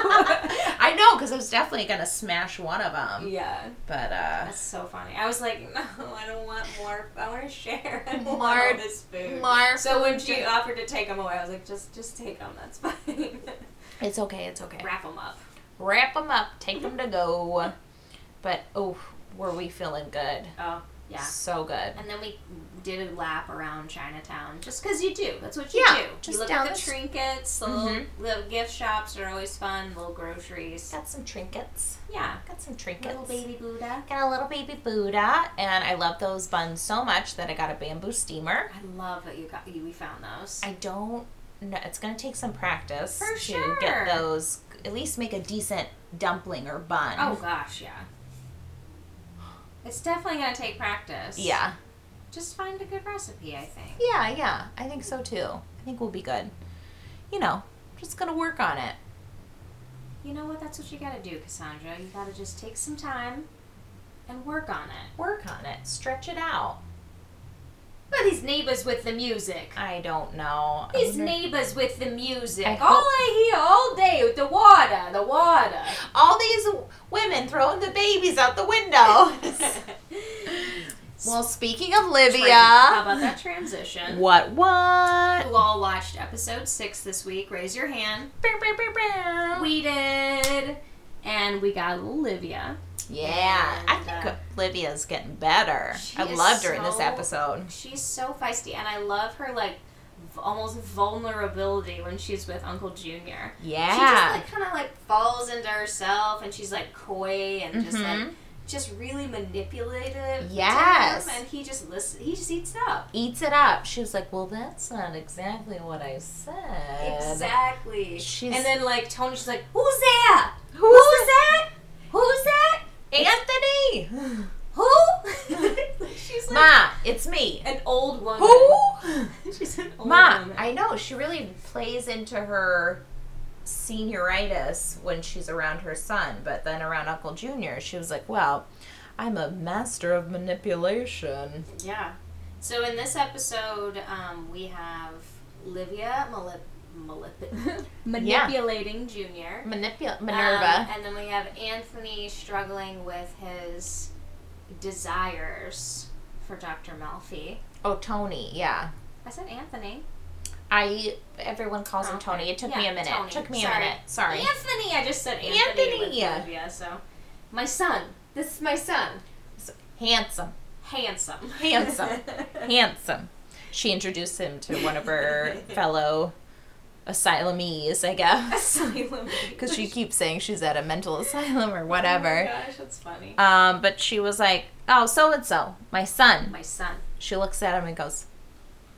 Speaker 2: I know, because I was definitely gonna smash one of them.
Speaker 1: yeah,
Speaker 2: But uh,
Speaker 1: that's so funny. I was like, no, I don't want more. I want to share. I don't want
Speaker 2: More-
Speaker 1: all this food.
Speaker 2: Marv.
Speaker 1: so uh, when she offered to take them away, I was like, just, just take them. That's fine.
Speaker 2: it's okay. It's okay.
Speaker 1: Wrap them up.
Speaker 2: wrap them up, take them to go. But oh, were we feeling good?
Speaker 1: Oh, yeah.
Speaker 2: So good.
Speaker 1: And then we did a lap around Chinatown, just because you do. That's what you
Speaker 2: Yeah,
Speaker 1: do.
Speaker 2: just
Speaker 1: you look
Speaker 2: down
Speaker 1: at
Speaker 2: the
Speaker 1: the
Speaker 2: s-
Speaker 1: trinkets. The little, little gift shops are always fun. Little groceries.
Speaker 2: Got some trinkets.
Speaker 1: Yeah.
Speaker 2: Got some trinkets.
Speaker 1: Little baby Buddha.
Speaker 2: Got a little baby Buddha, and I love those buns so much that I got a bamboo steamer.
Speaker 1: I love that you got. You, we found those.
Speaker 2: I don't know. It's gonna take some practice
Speaker 1: For
Speaker 2: to
Speaker 1: sure.
Speaker 2: get those. At least make a decent dumpling or bun.
Speaker 1: Oh gosh, yeah. It's definitely gonna take practice.
Speaker 2: Yeah.
Speaker 1: Just find a good recipe, I think.
Speaker 2: Yeah. Yeah. I think so too. I think we'll be good. You know, just gonna work on it.
Speaker 1: You know what? That's what you gotta do, Cassandra. You gotta just take some time and work on it.
Speaker 2: Work on it. Stretch it out.
Speaker 1: But he's neighbors with the music.
Speaker 2: I don't know. I
Speaker 1: He's
Speaker 2: wonder-
Speaker 1: neighbors with the music.
Speaker 2: I
Speaker 1: all
Speaker 2: hope-
Speaker 1: I hear all day with the water, the water.
Speaker 2: all these women throwing the babies out the window. well, speaking of Livia,
Speaker 1: How about that transition?
Speaker 2: What what?
Speaker 1: Who all watched episode six this week? Raise your hand.
Speaker 2: Brr, brr, brr, brr.
Speaker 1: We did, and we got Olivia.
Speaker 2: yeah, I think
Speaker 1: And, uh,
Speaker 2: Livia's getting better.
Speaker 1: she
Speaker 2: I
Speaker 1: is
Speaker 2: loved her in this
Speaker 1: so-
Speaker 2: episode.
Speaker 1: She's so feisty, and I love her like v- almost vulnerability when she's with Uncle Junior. She just
Speaker 2: Yeah,
Speaker 1: like kind of like falls into herself, and she's like coy and just like
Speaker 2: Mhm.
Speaker 1: just really manipulative. to
Speaker 2: Yes.
Speaker 1: him, and he just listens. He just eats it up.
Speaker 2: Eats it up. She was like, well, that's not exactly what I said.
Speaker 1: Exactly.
Speaker 2: She's-
Speaker 1: and then like Tony's just like, who's that?
Speaker 2: Who
Speaker 1: Who's
Speaker 2: was
Speaker 1: that? Who's that?
Speaker 2: Anthony!
Speaker 1: Who? She's like
Speaker 2: Ma, it's me.
Speaker 1: an old woman.
Speaker 2: Who?
Speaker 1: She's an old
Speaker 2: Ma,
Speaker 1: woman.
Speaker 2: Um, I know. She really plays into her senioritis when she's around her son, but then around Uncle Junior, she was like, well, I'm a master of manipulation.
Speaker 1: Yeah. So in this episode, um, we have Livia Malip- Malip- manipulating Junior.
Speaker 2: Manipul-
Speaker 1: Um,
Speaker 2: Minerva.
Speaker 1: and then we have Anthony struggling with his desires for Dr. Malfi.
Speaker 2: oh, Tony, yeah.
Speaker 1: I said Anthony.
Speaker 2: I everyone calls him
Speaker 1: Okay.
Speaker 2: Tony. It took me
Speaker 1: Yeah,
Speaker 2: a minute.
Speaker 1: Tony.
Speaker 2: Took me
Speaker 1: Sorry.
Speaker 2: a minute. Sorry.
Speaker 1: Anthony. I just said Anthony. With
Speaker 2: Anthony.
Speaker 1: Livia, so my son. This is my son.
Speaker 2: Handsome.
Speaker 1: Handsome.
Speaker 2: Handsome. Handsome. She introduced him to one of her fellow asylumees, I guess.
Speaker 1: Asylum.
Speaker 2: because she keeps saying she's at a mental asylum or
Speaker 1: Oh my
Speaker 2: whatever.
Speaker 1: gosh, that's funny.
Speaker 2: um, but she was like, "Oh, so and so, my son."
Speaker 1: my son.
Speaker 2: She looks at him and goes,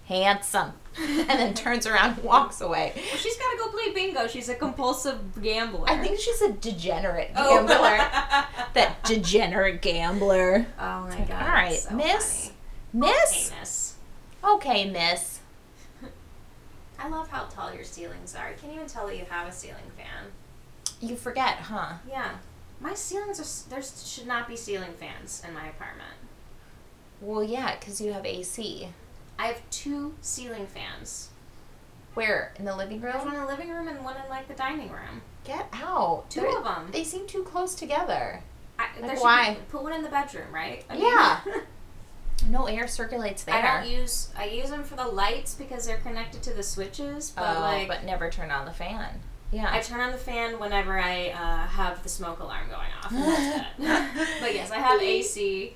Speaker 2: "Handsome," and then turns around and walks away.
Speaker 1: Well, she's got to go play bingo. She's a compulsive gambler.
Speaker 2: I think she's a degenerate
Speaker 1: Oh.
Speaker 2: gambler. that degenerate gambler,
Speaker 1: Oh my god.
Speaker 2: all right,
Speaker 1: that's so
Speaker 2: miss.
Speaker 1: funny.
Speaker 2: Miss.
Speaker 1: Heinous.
Speaker 2: Okay, Miss.
Speaker 1: I love how tall your ceilings are. I can't even tell that you have a ceiling fan.
Speaker 2: You forget, huh?
Speaker 1: Yeah. My ceilings are. s- There s- should not be ceiling fans in my apartment.
Speaker 2: Well, yeah, because you have AC.
Speaker 1: I have two ceiling fans.
Speaker 2: Where in the living
Speaker 1: There's one
Speaker 2: room?
Speaker 1: in the living room and one in like the dining room.
Speaker 2: Get out.
Speaker 1: Two
Speaker 2: They're-
Speaker 1: of them.
Speaker 2: They seem too close together.
Speaker 1: I, there should
Speaker 2: why?
Speaker 1: Be, put one in the bedroom, right? I mean-
Speaker 2: Yeah. No air circulates there.
Speaker 1: I don't use. I use them for the lights because they're connected to the switches. But
Speaker 2: oh,
Speaker 1: like,
Speaker 2: but never turn on the fan. Yeah.
Speaker 1: I turn on the fan whenever I uh, have the smoke alarm going off. and that's it. but yes, I have AC.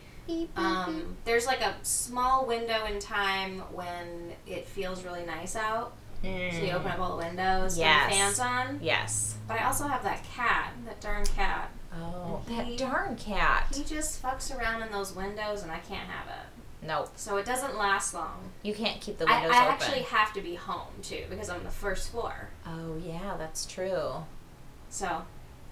Speaker 1: Um, there's like a small window in time when it feels really nice out, so you
Speaker 2: Mm.
Speaker 1: open up all the windows,
Speaker 2: Yes.
Speaker 1: and the fans on.
Speaker 2: Yes.
Speaker 1: But I also have that cat, that darn cat.
Speaker 2: Oh,
Speaker 1: He-
Speaker 2: that darn cat.
Speaker 1: He just fucks around in those windows, and I can't have it.
Speaker 2: Nope.
Speaker 1: So it doesn't last long.
Speaker 2: You can't keep the
Speaker 1: I,
Speaker 2: windows
Speaker 1: I
Speaker 2: open.
Speaker 1: actually have to be home too because I'm on the first floor.
Speaker 2: Oh, yeah, that's true.
Speaker 1: So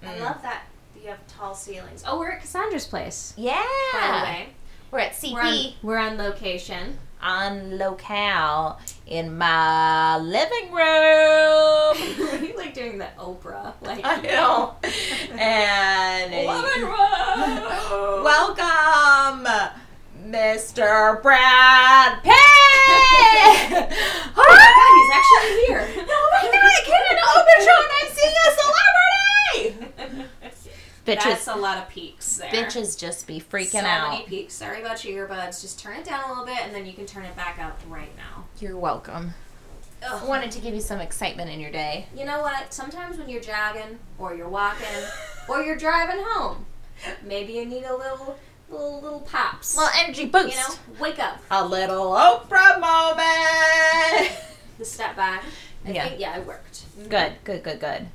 Speaker 1: I
Speaker 2: Mm.
Speaker 1: love that you have tall ceilings. Oh, we're at Cassandra's place.
Speaker 2: Yeah.
Speaker 1: By the way,
Speaker 2: We're at
Speaker 1: we're on,
Speaker 2: CP
Speaker 1: we're on location.
Speaker 2: on locale in my living room.
Speaker 1: you like doing the Oprah like
Speaker 2: I know. and
Speaker 1: living room.
Speaker 2: Welcome, Mr. Brad Pitt. oh
Speaker 1: he's actually here.
Speaker 2: Oh my god! I came in open show and I'm seeing a celebrity.
Speaker 1: That's
Speaker 2: Bitches,
Speaker 1: a lot of peaks there.
Speaker 2: bitches, just be freaking
Speaker 1: so
Speaker 2: out.
Speaker 1: many peaks. Sorry about your earbuds. Just turn it down a little bit, and then you can turn it back up right now.
Speaker 2: You're welcome. I
Speaker 1: Ugh.
Speaker 2: wanted to give you some excitement in your day.
Speaker 1: You know what? Sometimes when you're jogging or you're walking or you're driving home, maybe you need a little little little pops.
Speaker 2: Little energy boost.
Speaker 1: you know, wake up.
Speaker 2: A little Oprah moment.
Speaker 1: The step back. I
Speaker 2: Yeah.
Speaker 1: think yeah, it worked.
Speaker 2: Good, good, good, good.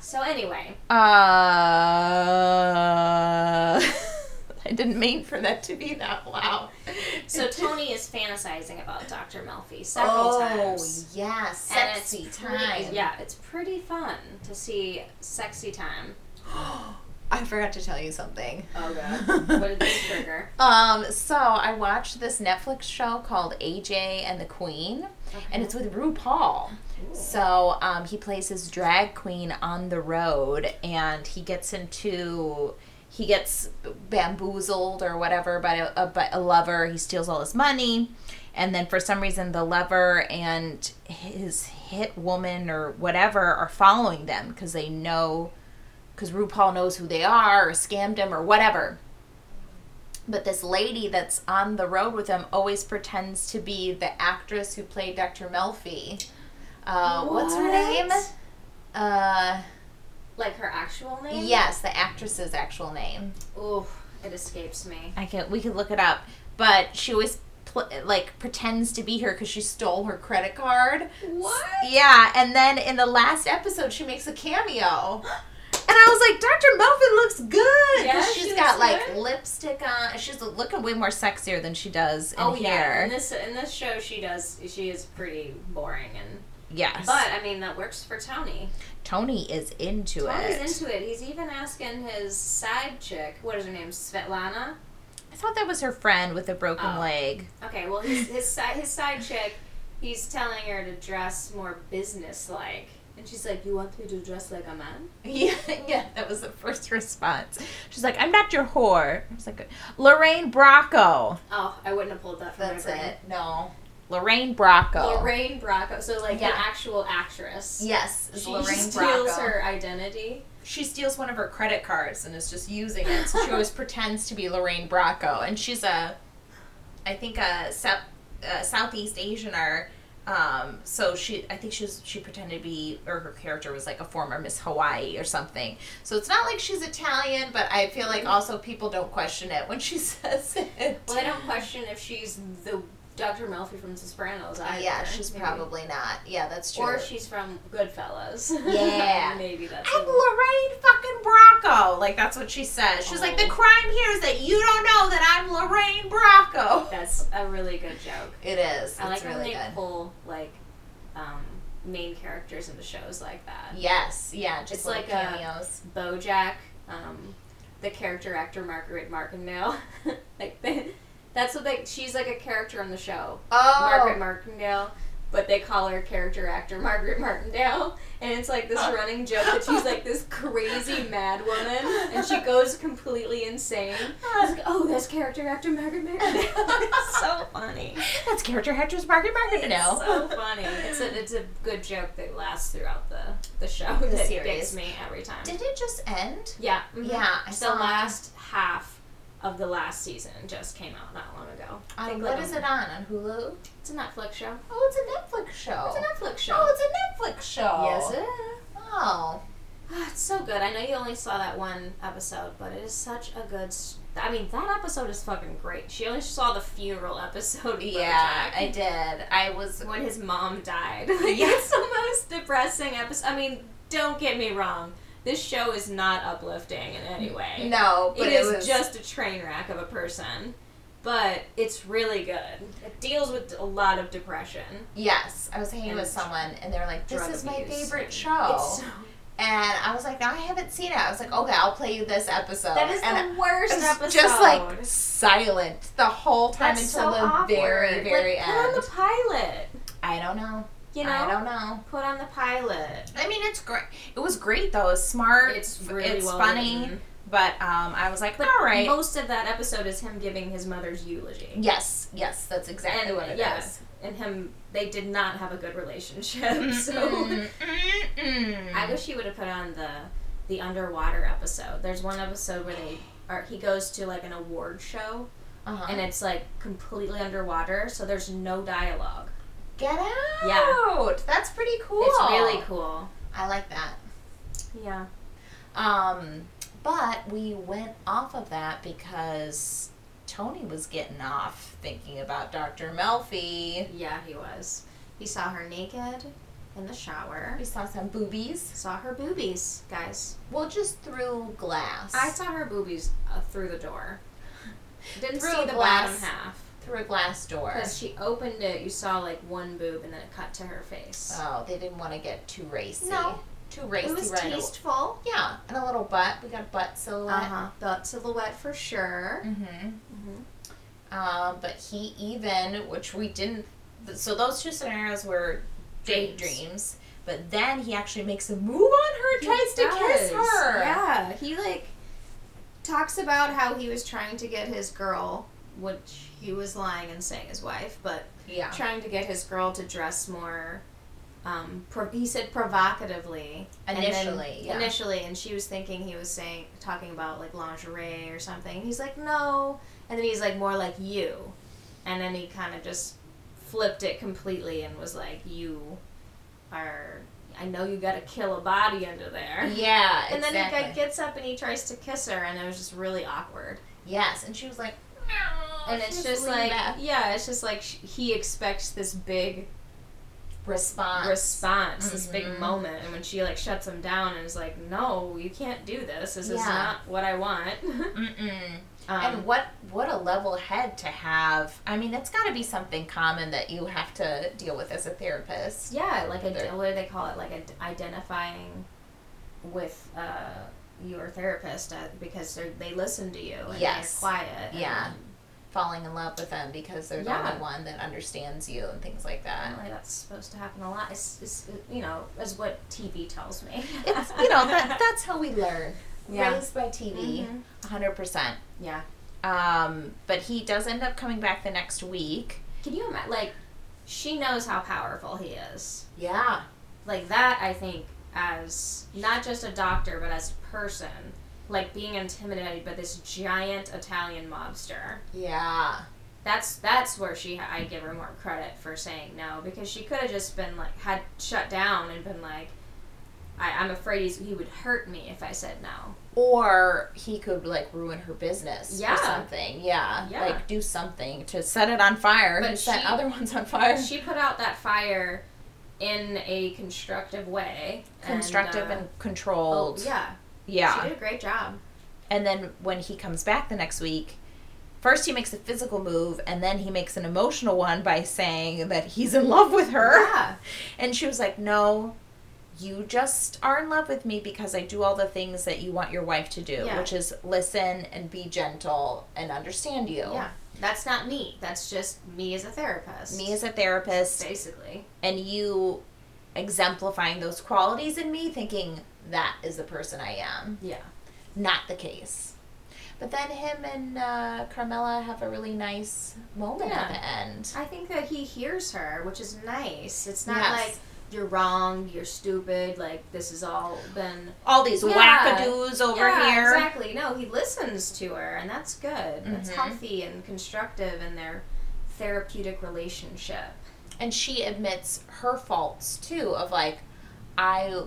Speaker 1: So anyway,
Speaker 2: Uh, I didn't mean for that to be that loud.
Speaker 1: so Tony is fantasizing about Dr. Melfi several times.
Speaker 2: yeah,
Speaker 1: And
Speaker 2: sexy
Speaker 1: it's pretty-
Speaker 2: time.
Speaker 1: Yeah, it's pretty fun to see sexy time.
Speaker 2: I forgot to tell you something.
Speaker 1: Oh god. what did this trigger?
Speaker 2: Um, so I watched this Netflix show called AJ and the Queen, and it's with RuPaul. So um, he plays his drag queen on the road, and he gets into he gets bamboozled or whatever by a, by a lover. He steals all his money, and then for some reason the lover and his hit woman or whatever are following them because they know because RuPaul knows who they are or scammed them or whatever. But this lady that's on the road with him always pretends to be the actress who played Dr. Melfi. Uh, What's her
Speaker 1: What?
Speaker 2: name? Uh,
Speaker 1: Like her actual name?
Speaker 2: yes, the actress's actual name.
Speaker 1: Ooh, it escapes me.
Speaker 2: I can we could look it up, but she always pl- like pretends to be her because she stole her credit card.
Speaker 1: What?
Speaker 2: Yeah, and then in the last episode, she makes a cameo. And I was like, Dr. Melvin looks good. 'cause
Speaker 1: Yeah,
Speaker 2: she's
Speaker 1: she looks
Speaker 2: got like
Speaker 1: good.
Speaker 2: lipstick on. She's looking way more sexier than she does in
Speaker 1: oh yeah. In
Speaker 2: here.
Speaker 1: this in this show, she does. She is pretty boring, and
Speaker 2: Yes.
Speaker 1: but I mean that works for Tony.
Speaker 2: Tony is into
Speaker 1: Tony's
Speaker 2: it.
Speaker 1: into it. He's even asking his side chick, what is her name, Svetlana?
Speaker 2: I thought that was her friend with a broken
Speaker 1: Oh.
Speaker 2: leg.
Speaker 1: Okay, well his his side his side chick, he's telling her to dress more business like, and she's like, "You want me to dress like a man?"
Speaker 2: Yeah, yeah, that was the first response. She's like, "I'm not your whore." I was like, "Lorraine Bracco."
Speaker 1: Oh, I wouldn't have pulled that from
Speaker 2: That's
Speaker 1: my brain.
Speaker 2: it. No, Lorraine Bracco.
Speaker 1: Lorraine Bracco, so like
Speaker 2: Oh. Yeah.
Speaker 1: the actual actress.
Speaker 2: Yes, it's
Speaker 1: She
Speaker 2: Lorraine
Speaker 1: steals
Speaker 2: Bracco.
Speaker 1: her identity.
Speaker 2: She steals one of her credit cards and is just using it. So she always pretends to be Lorraine Bracco, and she's a, I think a, Sep, a Southeast Asianer. Um, so she, I think she was, she pretended to be, or her character was like a former Miss Hawaii or something. So it's not like she's Italian, but I feel like also people don't question it when she says it.
Speaker 1: Well, I don't question if she's the Dr. Melfi from The Sopranos.
Speaker 2: Uh,
Speaker 1: Either.
Speaker 2: yeah, she's
Speaker 1: Maybe.
Speaker 2: probably not. Yeah, that's true.
Speaker 1: Or she's from Goodfellas.
Speaker 2: Yeah.
Speaker 1: Maybe that's.
Speaker 2: I'm
Speaker 1: it.
Speaker 2: Lorraine fucking Bracco. Like that's what she says. She's like,
Speaker 1: Oh.
Speaker 2: the crime here is that you don't know that I'm Lorraine Bracco.
Speaker 1: That's a really good joke.
Speaker 2: It is.
Speaker 1: I like
Speaker 2: it's
Speaker 1: when
Speaker 2: really
Speaker 1: they
Speaker 2: good.
Speaker 1: pull like um, main characters into shows like that.
Speaker 2: Yes, yeah, just
Speaker 1: It's
Speaker 2: little
Speaker 1: like uh, a-
Speaker 2: cameos.
Speaker 1: BoJack, um, the character actor Margaret Martindale, like they, that's what they. She's like a character on the show,
Speaker 2: Oh.
Speaker 1: Margaret Martindale, but they call her character actor Margaret Martindale, and it's like this running joke that she's like this crazy mad woman, and she goes completely insane. It's like, oh, that's character actor Margaret Martindale. it's so funny.
Speaker 2: That's character actress Margaret Martindale.
Speaker 1: It's so funny. It's a it's a good joke that lasts throughout the the show. The that
Speaker 2: series.
Speaker 1: gets me every time.
Speaker 2: Did it just end?
Speaker 1: Yeah. mhm.
Speaker 2: Yeah, I
Speaker 1: The
Speaker 2: saw-
Speaker 1: last half of the last season just came out not long ago. I
Speaker 2: On,
Speaker 1: think
Speaker 2: what
Speaker 1: like
Speaker 2: is it on? On Hulu?
Speaker 1: It's a Netflix show.
Speaker 2: Oh, it's a Netflix show.
Speaker 1: It's a Netflix show.
Speaker 2: Oh, it's a Netflix show.
Speaker 1: Yes, it is.
Speaker 2: Oh,
Speaker 1: Ah, it's so good. I know you only saw that one episode, but it is such a good. s I I mean, that episode is fucking great. She only saw the funeral episode. of
Speaker 2: yeah,
Speaker 1: BoJack.
Speaker 2: I did. I was
Speaker 1: when his mom died. Like,
Speaker 2: Yeah.
Speaker 1: It's the most depressing episode. I mean, don't get me wrong. This show is not uplifting in any way.
Speaker 2: no, but
Speaker 1: it
Speaker 2: it,
Speaker 1: is
Speaker 2: was
Speaker 1: just a train wreck of a person, but it's really good. It deals with a lot of depression.
Speaker 2: Yes, I was hanging
Speaker 1: And
Speaker 2: with someone, and they were like, "This
Speaker 1: drug
Speaker 2: is my
Speaker 1: abuse
Speaker 2: favorite
Speaker 1: and
Speaker 2: show,"
Speaker 1: It's so,
Speaker 2: and I was like, "No, I haven't seen it." I was like, "Okay, I'll play you this episode."
Speaker 1: that is
Speaker 2: and
Speaker 1: the worst
Speaker 2: it was
Speaker 1: episode.
Speaker 2: just like silent the whole time
Speaker 1: That's
Speaker 2: until
Speaker 1: so
Speaker 2: the
Speaker 1: awkward.
Speaker 2: very, very
Speaker 1: like,
Speaker 2: end.
Speaker 1: Put on the pilot.
Speaker 2: I don't know.
Speaker 1: You know,
Speaker 2: I don't know.
Speaker 1: put on the pilot.
Speaker 2: I mean, it's great. It was great though. It's smart.
Speaker 1: It's really
Speaker 2: it's
Speaker 1: well
Speaker 2: funny.
Speaker 1: written.
Speaker 2: But um, I was like,
Speaker 1: But
Speaker 2: "All right."
Speaker 1: most of that episode is him giving his mother's eulogy.
Speaker 2: yes, yes, that's exactly
Speaker 1: And
Speaker 2: what it is.
Speaker 1: yeah, and him they did not have a good relationship. So
Speaker 2: Mm, mm, mm.
Speaker 1: I wish he would have put on the the underwater episode. There's one episode where they are he goes to like an award show
Speaker 2: uh-huh.
Speaker 1: and it's like completely underwater, so there's no dialogue.
Speaker 2: get out. that's pretty cool.
Speaker 1: It's really cool.
Speaker 2: I like that.
Speaker 1: Yeah.
Speaker 2: Um, but we went off of that because Tony was getting off thinking about Dr. Melfi.
Speaker 1: Yeah, he was. He saw her naked in the shower.
Speaker 2: We saw some boobies.
Speaker 1: Saw her boobies, guys.
Speaker 2: Well, just through glass.
Speaker 1: I saw her boobies uh, through the door. Didn't
Speaker 2: Through
Speaker 1: see the
Speaker 2: glass.
Speaker 1: bottom half
Speaker 2: through a glass door.
Speaker 1: because she opened it. You saw like one boob, and then it cut to her face.
Speaker 2: Oh, they didn't want to get too racy.
Speaker 1: No.
Speaker 2: Too racy
Speaker 1: it was
Speaker 2: right away.
Speaker 1: tasteful.
Speaker 2: Yeah, and a little butt. We got a butt silhouette.
Speaker 1: Uh huh. Butt silhouette for sure.
Speaker 2: Mm-hmm.
Speaker 1: Mhm.
Speaker 2: Um, but he even, which we didn't. th- So those two scenarios were
Speaker 1: Dreams.
Speaker 2: daydreams, but then he actually makes a move on her, tries to
Speaker 1: does.
Speaker 2: kiss her.
Speaker 1: Yeah, he like talks about how he was trying to get his girl, which he was lying and saying his wife, but
Speaker 2: Yeah.
Speaker 1: trying to get his girl to dress more. Um, pro- he said provocatively and then-
Speaker 2: Initially, yeah.
Speaker 1: Initially, and she was thinking he was saying talking about like lingerie or something. And he's like, no, and then he's like more like you, and then he kind of just flipped it completely and was like, you are. I know you got to kill a body under there.
Speaker 2: Yeah.
Speaker 1: And then
Speaker 2: exactly.
Speaker 1: he like, gets up and he tries to kiss her, and it was just really awkward.
Speaker 2: yes, and she was like, no.
Speaker 1: And it's
Speaker 2: Oh, she's
Speaker 1: just
Speaker 2: leaning
Speaker 1: like,
Speaker 2: back.
Speaker 1: yeah, it's just like sh- he expects this big
Speaker 2: response.
Speaker 1: response, this
Speaker 2: Mhm.
Speaker 1: big moment, and when she like shuts him down and is like, "No, you can't do this. This is
Speaker 2: Yeah.
Speaker 1: not what I want."
Speaker 2: Mm-mm.
Speaker 1: um,
Speaker 2: and what what a level head to have. I mean, that's got to be something common that you have to deal with as a therapist.
Speaker 1: yeah, like
Speaker 2: They're-
Speaker 1: a, what do they call it? Like ad- identifying with uh, your therapist uh, because they're, they listen to you and
Speaker 2: Yes.
Speaker 1: they're quiet.
Speaker 2: Yeah.
Speaker 1: and
Speaker 2: Falling in love with them because there's
Speaker 1: Yeah.
Speaker 2: only one that understands you and things like that.
Speaker 1: apparently that's supposed to happen a lot. It's, it's you know is what TV tells me.
Speaker 2: It's you know that that's how we learn.
Speaker 1: Yeah.
Speaker 2: Raised by TV,
Speaker 1: Mhm.
Speaker 2: 100 percent.
Speaker 1: yeah.
Speaker 2: Um, but he does end up coming back the next week.
Speaker 1: Can you imagine? Like, she knows how powerful he is.
Speaker 2: Yeah.
Speaker 1: like that i think as not just a doctor but as a person like being intimidated by this giant italian mobster
Speaker 2: Yeah.
Speaker 1: that's that's where she i give her more credit for saying no because she could have just been like had shut down and been like I, i'm afraid he's, he would hurt me if i said no
Speaker 2: Or he could like ruin her business
Speaker 1: Yeah.
Speaker 2: or something. Yeah.
Speaker 1: Yeah.
Speaker 2: Like do something to set it on fire.
Speaker 1: But
Speaker 2: He set
Speaker 1: she-
Speaker 2: other ones on fire.
Speaker 1: she put out that fire in a constructive way
Speaker 2: constructive and,
Speaker 1: uh, oh,
Speaker 2: controlled.
Speaker 1: yeah
Speaker 2: Yeah.
Speaker 1: she did a great job
Speaker 2: And then when he comes back the next week, first he makes a physical move and then he makes an emotional one by saying that he's in love with her.
Speaker 1: yeah
Speaker 2: And she was like, "No, you just are in love with me because I do all the things that you want your wife to do,
Speaker 1: Yeah.
Speaker 2: which is listen and be gentle and understand you."
Speaker 1: yeah that's not me that's just me as a therapist
Speaker 2: Me as a therapist
Speaker 1: basically
Speaker 2: and you exemplifying those qualities in me thinking that is the person I am.
Speaker 1: yeah
Speaker 2: not the case. But then him and uh, Carmela have a really nice moment at the end.
Speaker 1: i think that he hears her which is nice it's not
Speaker 2: Yes.
Speaker 1: like you're wrong you're stupid like this has all been
Speaker 2: All these
Speaker 1: Yeah.
Speaker 2: wackadoos over
Speaker 1: Yeah,
Speaker 2: here.
Speaker 1: exactly no he listens to her and that's good that's
Speaker 2: Mhm.
Speaker 1: healthy and constructive in their therapeutic relationship
Speaker 2: And she admits her faults too of like I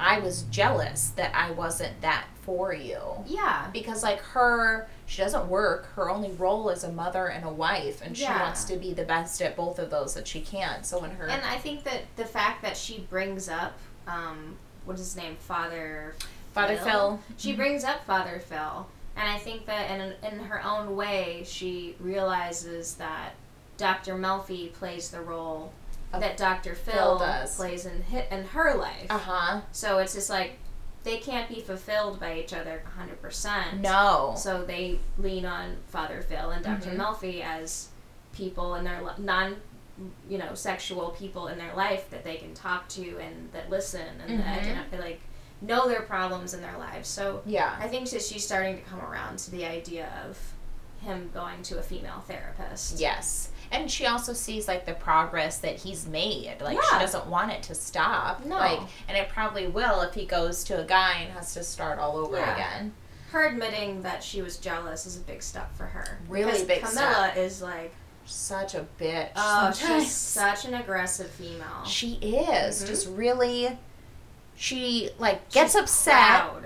Speaker 2: I was jealous that I wasn't that for you.
Speaker 1: yeah
Speaker 2: Because like her she doesn't work. Her only role is a mother and a wife and she
Speaker 1: Yeah.
Speaker 2: wants to be the best at both of those that she can. So when her
Speaker 1: and i think that the fact that she brings up um what's his name father
Speaker 2: father
Speaker 1: Phil.
Speaker 2: Phil
Speaker 1: She brings up Father Phil, and I think that in, in her own way, she realizes that Dr. Melfi plays the role
Speaker 2: Of-
Speaker 1: that Dr.
Speaker 2: Phil
Speaker 1: Phil,
Speaker 2: does.
Speaker 1: plays in hi in her life.
Speaker 2: uh-huh.
Speaker 1: So it's just like they can't be fulfilled by each other 100%.
Speaker 2: No.
Speaker 1: So they lean on Father Phil and doctor
Speaker 2: Mhm.
Speaker 1: Melfi as people in their li- non you know sexual people in their life that they can talk to and that listen and that
Speaker 2: Mhm.
Speaker 1: identi- like know their problems in their lives. So
Speaker 2: Yeah.
Speaker 1: I think that she's starting to come around to the idea of him going to a female therapist.
Speaker 2: Yes. And she also sees like the progress that he's made. Like she
Speaker 1: Yeah.
Speaker 2: doesn't want it to stop.
Speaker 1: No.
Speaker 2: Like and it probably will if he goes to a guy and has to start all over
Speaker 1: Yeah.
Speaker 2: again.
Speaker 1: Her admitting that she was jealous is a big step for her.
Speaker 2: Really
Speaker 1: because
Speaker 2: big
Speaker 1: Camilla is like,
Speaker 2: Such a bitch.
Speaker 1: oh,
Speaker 2: sometimes.
Speaker 1: she's such an aggressive female.
Speaker 2: she is
Speaker 1: Mhm.
Speaker 2: just really she like
Speaker 1: She's
Speaker 2: gets upset.
Speaker 1: proud.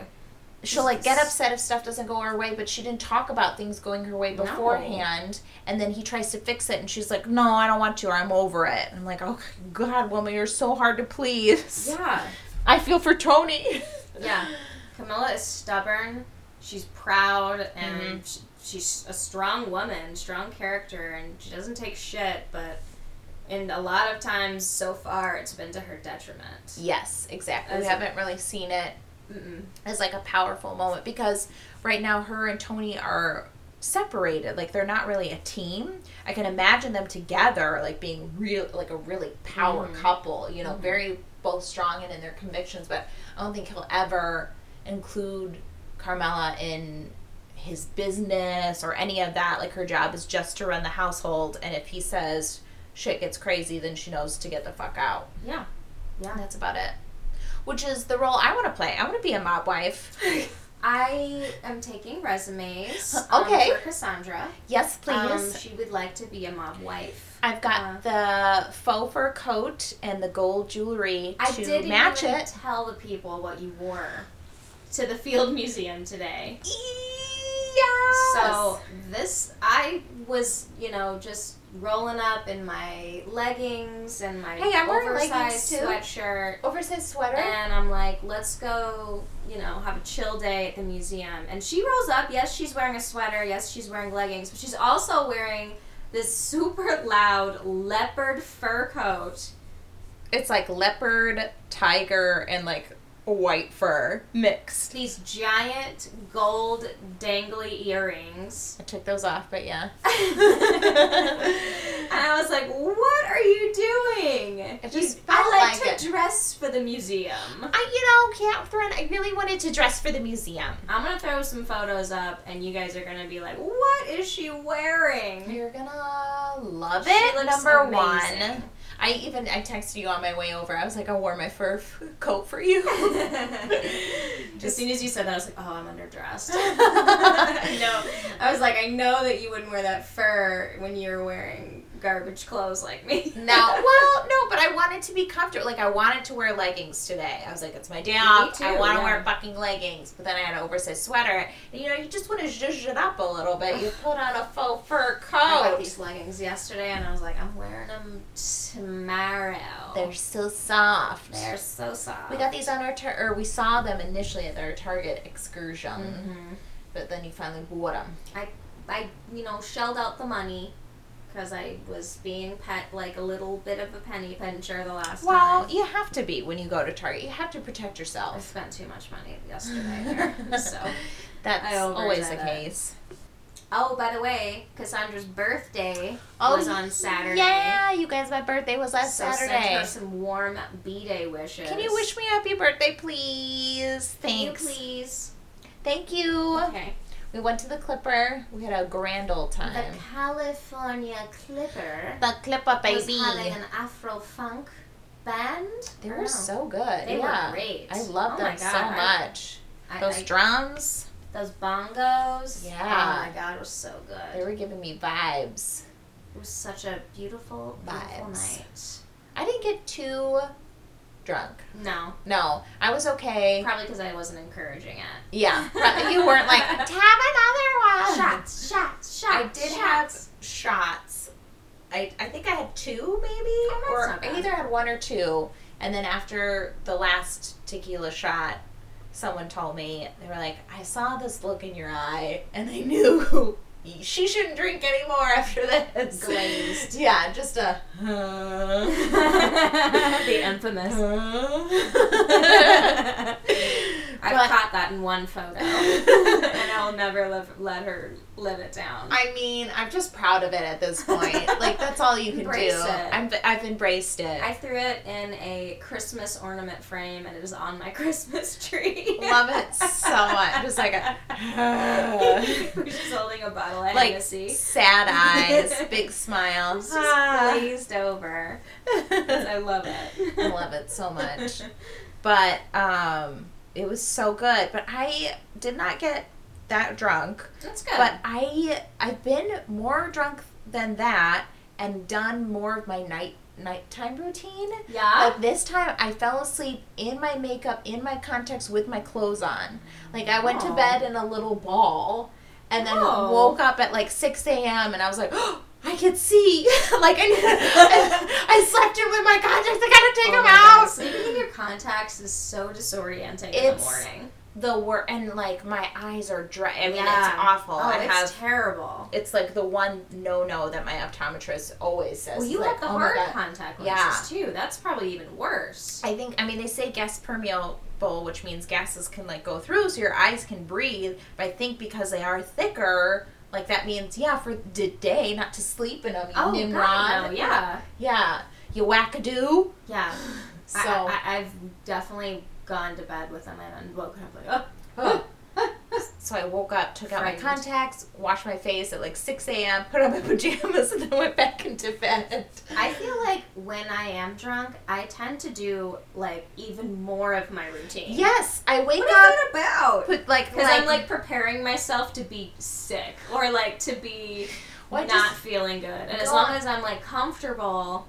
Speaker 2: She'll like get upset if stuff doesn't go her way, but she didn't talk about things going her way
Speaker 1: No.
Speaker 2: beforehand. And then he tries to fix it, and she's like, "No, I don't want to. Or I'm over it." I'm like, "Oh God, woman, you're so hard to please."
Speaker 1: Yeah.
Speaker 2: I feel for Tony.
Speaker 1: Yeah. Camilla is stubborn. She's proud and
Speaker 2: Mm-hmm.
Speaker 1: sh- she's a strong woman, strong character, and she doesn't take shit. But and a lot of times so far, it's been to her detriment.
Speaker 2: Yes, exactly. We
Speaker 1: As a-
Speaker 2: haven't really seen it
Speaker 1: Mm-mm.
Speaker 2: as like a powerful moment because right now her and Tony are separated. Like they're not really a team. I can imagine them together like being real like a really power
Speaker 1: Mhm.
Speaker 2: couple, you know, very both strong and in their convictions, but I don't think he'll ever include Carmela in his business or any of that. Like her job is just to run the household and if he says shit gets crazy then she knows to get the fuck out.
Speaker 1: Yeah. Yeah.
Speaker 2: That's about it. Which is the role I want to play. I want to be a mob wife.
Speaker 1: I am taking resumes.
Speaker 2: Okay.
Speaker 1: Um, for Cassandra.
Speaker 2: yes, please.
Speaker 1: Um, she would like to be a mob wife.
Speaker 2: I've got the faux fur coat and the gold jewelry
Speaker 1: I
Speaker 2: to
Speaker 1: didn't
Speaker 2: match
Speaker 1: even
Speaker 2: it.
Speaker 1: tell the people what you wore to the Field Museum today.
Speaker 2: Yes.
Speaker 1: So this, I was, you know, just rolling up in my leggings and my
Speaker 2: Hey, I'm wearing leggings,
Speaker 1: oversized
Speaker 2: too.
Speaker 1: sweatshirt.
Speaker 2: Oversized sweater.
Speaker 1: And I'm like, let's go, you know, have a chill day at the museum. And she rolls up. Yes, she's wearing a sweater. Yes, she's wearing leggings. But she's also wearing this super loud leopard fur coat.
Speaker 2: It's like leopard, tiger, and like white fur mixed.
Speaker 1: These giant gold dangly earrings.
Speaker 2: I took those off, but yeah.
Speaker 1: and I was like, what are you doing?
Speaker 2: It just
Speaker 1: You-
Speaker 2: felt
Speaker 1: I like,
Speaker 2: like
Speaker 1: to dress for the museum.
Speaker 2: I, you know, Catherine, I really wanted to dress for the museum.
Speaker 1: I'm gonna throw some photos up, and you guys are gonna be like, "What is she wearing?"
Speaker 2: You're gonna love
Speaker 1: She
Speaker 2: it.
Speaker 1: looks
Speaker 2: Number one.
Speaker 1: amazing.
Speaker 2: I even I texted you on my way over. I was like, I wore my fur f- coat for you.
Speaker 1: as soon as you said that, I was like, "Oh, I'm underdressed." no,
Speaker 2: no.
Speaker 1: I was like, I know that you wouldn't wear that fur when you were wearing garbage clothes like me.
Speaker 2: No, well, no, but I wanted to be comfortable. Like I wanted to wear leggings today. I was like, it's my day off. I
Speaker 1: too,
Speaker 2: want to
Speaker 1: yeah.
Speaker 2: wear fucking leggings. But then I had an oversized sweater. And you know, you just want to zhuzh it up a little bit. You put on a faux fur
Speaker 1: I bought
Speaker 2: coat.
Speaker 1: these leggings yesterday, and I was like, I'm wearing them tomorrow.
Speaker 2: They're so soft.
Speaker 1: They're so soft.
Speaker 2: We got these on our tar- or we saw them initially at our Target excursion,
Speaker 1: Mhm.
Speaker 2: but then you finally bought them.
Speaker 1: I, you know, shelled out the money because I was being pet like a little bit of a penny pincher the last
Speaker 2: Well,
Speaker 1: time.
Speaker 2: you have to be when you go to Target. You have to protect
Speaker 1: I
Speaker 2: yourself.
Speaker 1: spent too much money yesterday there. so.
Speaker 2: That's
Speaker 1: I overdid
Speaker 2: always the
Speaker 1: it.
Speaker 2: case.
Speaker 1: Oh, by the way, Cassandra's birthday was on Saturday.
Speaker 2: Oh, Yeah, you guys, my birthday was last
Speaker 1: So send her
Speaker 2: Saturday.
Speaker 1: some warm B-Day wishes.
Speaker 2: Can you wish me happy birthday, please?
Speaker 1: Can you
Speaker 2: Thanks.
Speaker 1: please?
Speaker 2: Thank you.
Speaker 1: Okay.
Speaker 2: We went to the Clipper. We had a grand old time.
Speaker 1: The California Clipper
Speaker 2: The, Clipper,
Speaker 1: was
Speaker 2: baby.
Speaker 1: having an Afro funk band.
Speaker 2: They
Speaker 1: I
Speaker 2: were
Speaker 1: know.
Speaker 2: so good.
Speaker 1: They
Speaker 2: yeah.
Speaker 1: were great.
Speaker 2: I love
Speaker 1: Oh my
Speaker 2: them
Speaker 1: God,
Speaker 2: so
Speaker 1: I-
Speaker 2: much.
Speaker 1: I-
Speaker 2: Those
Speaker 1: I-
Speaker 2: drums.
Speaker 1: Those bongos.
Speaker 2: Yeah.
Speaker 1: Oh my god, it was so good.
Speaker 2: They were giving me vibes.
Speaker 1: It was such a beautiful, beautiful
Speaker 2: Vibes.
Speaker 1: night.
Speaker 2: I didn't get too drunk.
Speaker 1: No,
Speaker 2: No, I was okay.
Speaker 1: probably because I wasn't encouraging it.
Speaker 2: Yeah, pro- you weren't like have another one.
Speaker 1: Shots, shots, shots.
Speaker 2: Ah. I did
Speaker 1: shots.
Speaker 2: have shots. I I think I had two maybe,
Speaker 1: Oh, that's
Speaker 2: or
Speaker 1: not bad.
Speaker 2: I either had one or two, and then after the last tequila shot. Someone told me they were like, "I saw this look in your eye, and I knew she shouldn't drink anymore after this."
Speaker 1: Glazed.
Speaker 2: yeah, just a.
Speaker 1: the infamous. I've
Speaker 2: But-
Speaker 1: caught that in one photo, and I'll never live, let her live it down.
Speaker 2: I mean, I'm just proud of it at this point. Like that's all you can
Speaker 1: Embrace
Speaker 2: do.
Speaker 1: it.
Speaker 2: I'm, I've embraced it.
Speaker 1: I threw it in a Christmas ornament frame, and it is on my Christmas tree.
Speaker 2: love it so much. Just like a
Speaker 1: She's holding a bottle of
Speaker 2: like
Speaker 1: Hennessy.
Speaker 2: sad eyes, big smile.
Speaker 1: It's
Speaker 2: Ah.
Speaker 1: just glazed over. I love it.
Speaker 2: I love it so much. But um, it was so good. But I did not get that drunk.
Speaker 1: That's good.
Speaker 2: But I I've been more drunk than that and done more of my night nighttime routine.
Speaker 1: yeah.
Speaker 2: Like this time, I fell asleep in my makeup, in my contacts, with my clothes on. Like I went to
Speaker 1: Oh.
Speaker 2: bed in a little ball, and then
Speaker 1: Oh.
Speaker 2: woke up at like six a.m. and I was like, oh, I could see. like I, I slept in with my contacts. I gotta
Speaker 1: Oh
Speaker 2: take them
Speaker 1: my God,
Speaker 2: out.
Speaker 1: Sleeping in your contacts is so disorienting in the
Speaker 2: It's-
Speaker 1: morning.
Speaker 2: The wor and like my eyes are dry. I mean,
Speaker 1: Yeah.
Speaker 2: it's awful.
Speaker 1: Oh,
Speaker 2: I
Speaker 1: it's
Speaker 2: have.
Speaker 1: terrible.
Speaker 2: It's like the one no no that my optometrist always says.
Speaker 1: Well, you
Speaker 2: like,
Speaker 1: have the
Speaker 2: "Oh my
Speaker 1: hard
Speaker 2: God."
Speaker 1: contact lenses
Speaker 2: Yeah.
Speaker 1: too. That's probably even worse.
Speaker 2: I think I mean they say gas permeable, which means gases can like go through, so your eyes can breathe. But I think because they are thicker, like that means yeah for the day, not to sleep in them. You
Speaker 1: Oh
Speaker 2: nimrod.
Speaker 1: God, no, yeah,
Speaker 2: yeah, you wackadoo.
Speaker 1: yeah.
Speaker 2: So
Speaker 1: I, I, I- I've definitely gone to bed with them and woken up like, oh,
Speaker 2: Ugh. so I woke up, took out my
Speaker 1: Frightened.
Speaker 2: contacts, washed my face at like six a.m., put on my pajamas, and then went back into bed.
Speaker 1: I feel like when I am drunk, I tend to do like even more of my routine.
Speaker 2: yes, I wake
Speaker 1: What is
Speaker 2: up.
Speaker 1: that about?
Speaker 2: Put like
Speaker 1: Because I'm like preparing myself to be sick or like to be
Speaker 2: Why
Speaker 1: not
Speaker 2: just
Speaker 1: feeling good. And as
Speaker 2: go
Speaker 1: long
Speaker 2: on-
Speaker 1: as I'm like comfortable,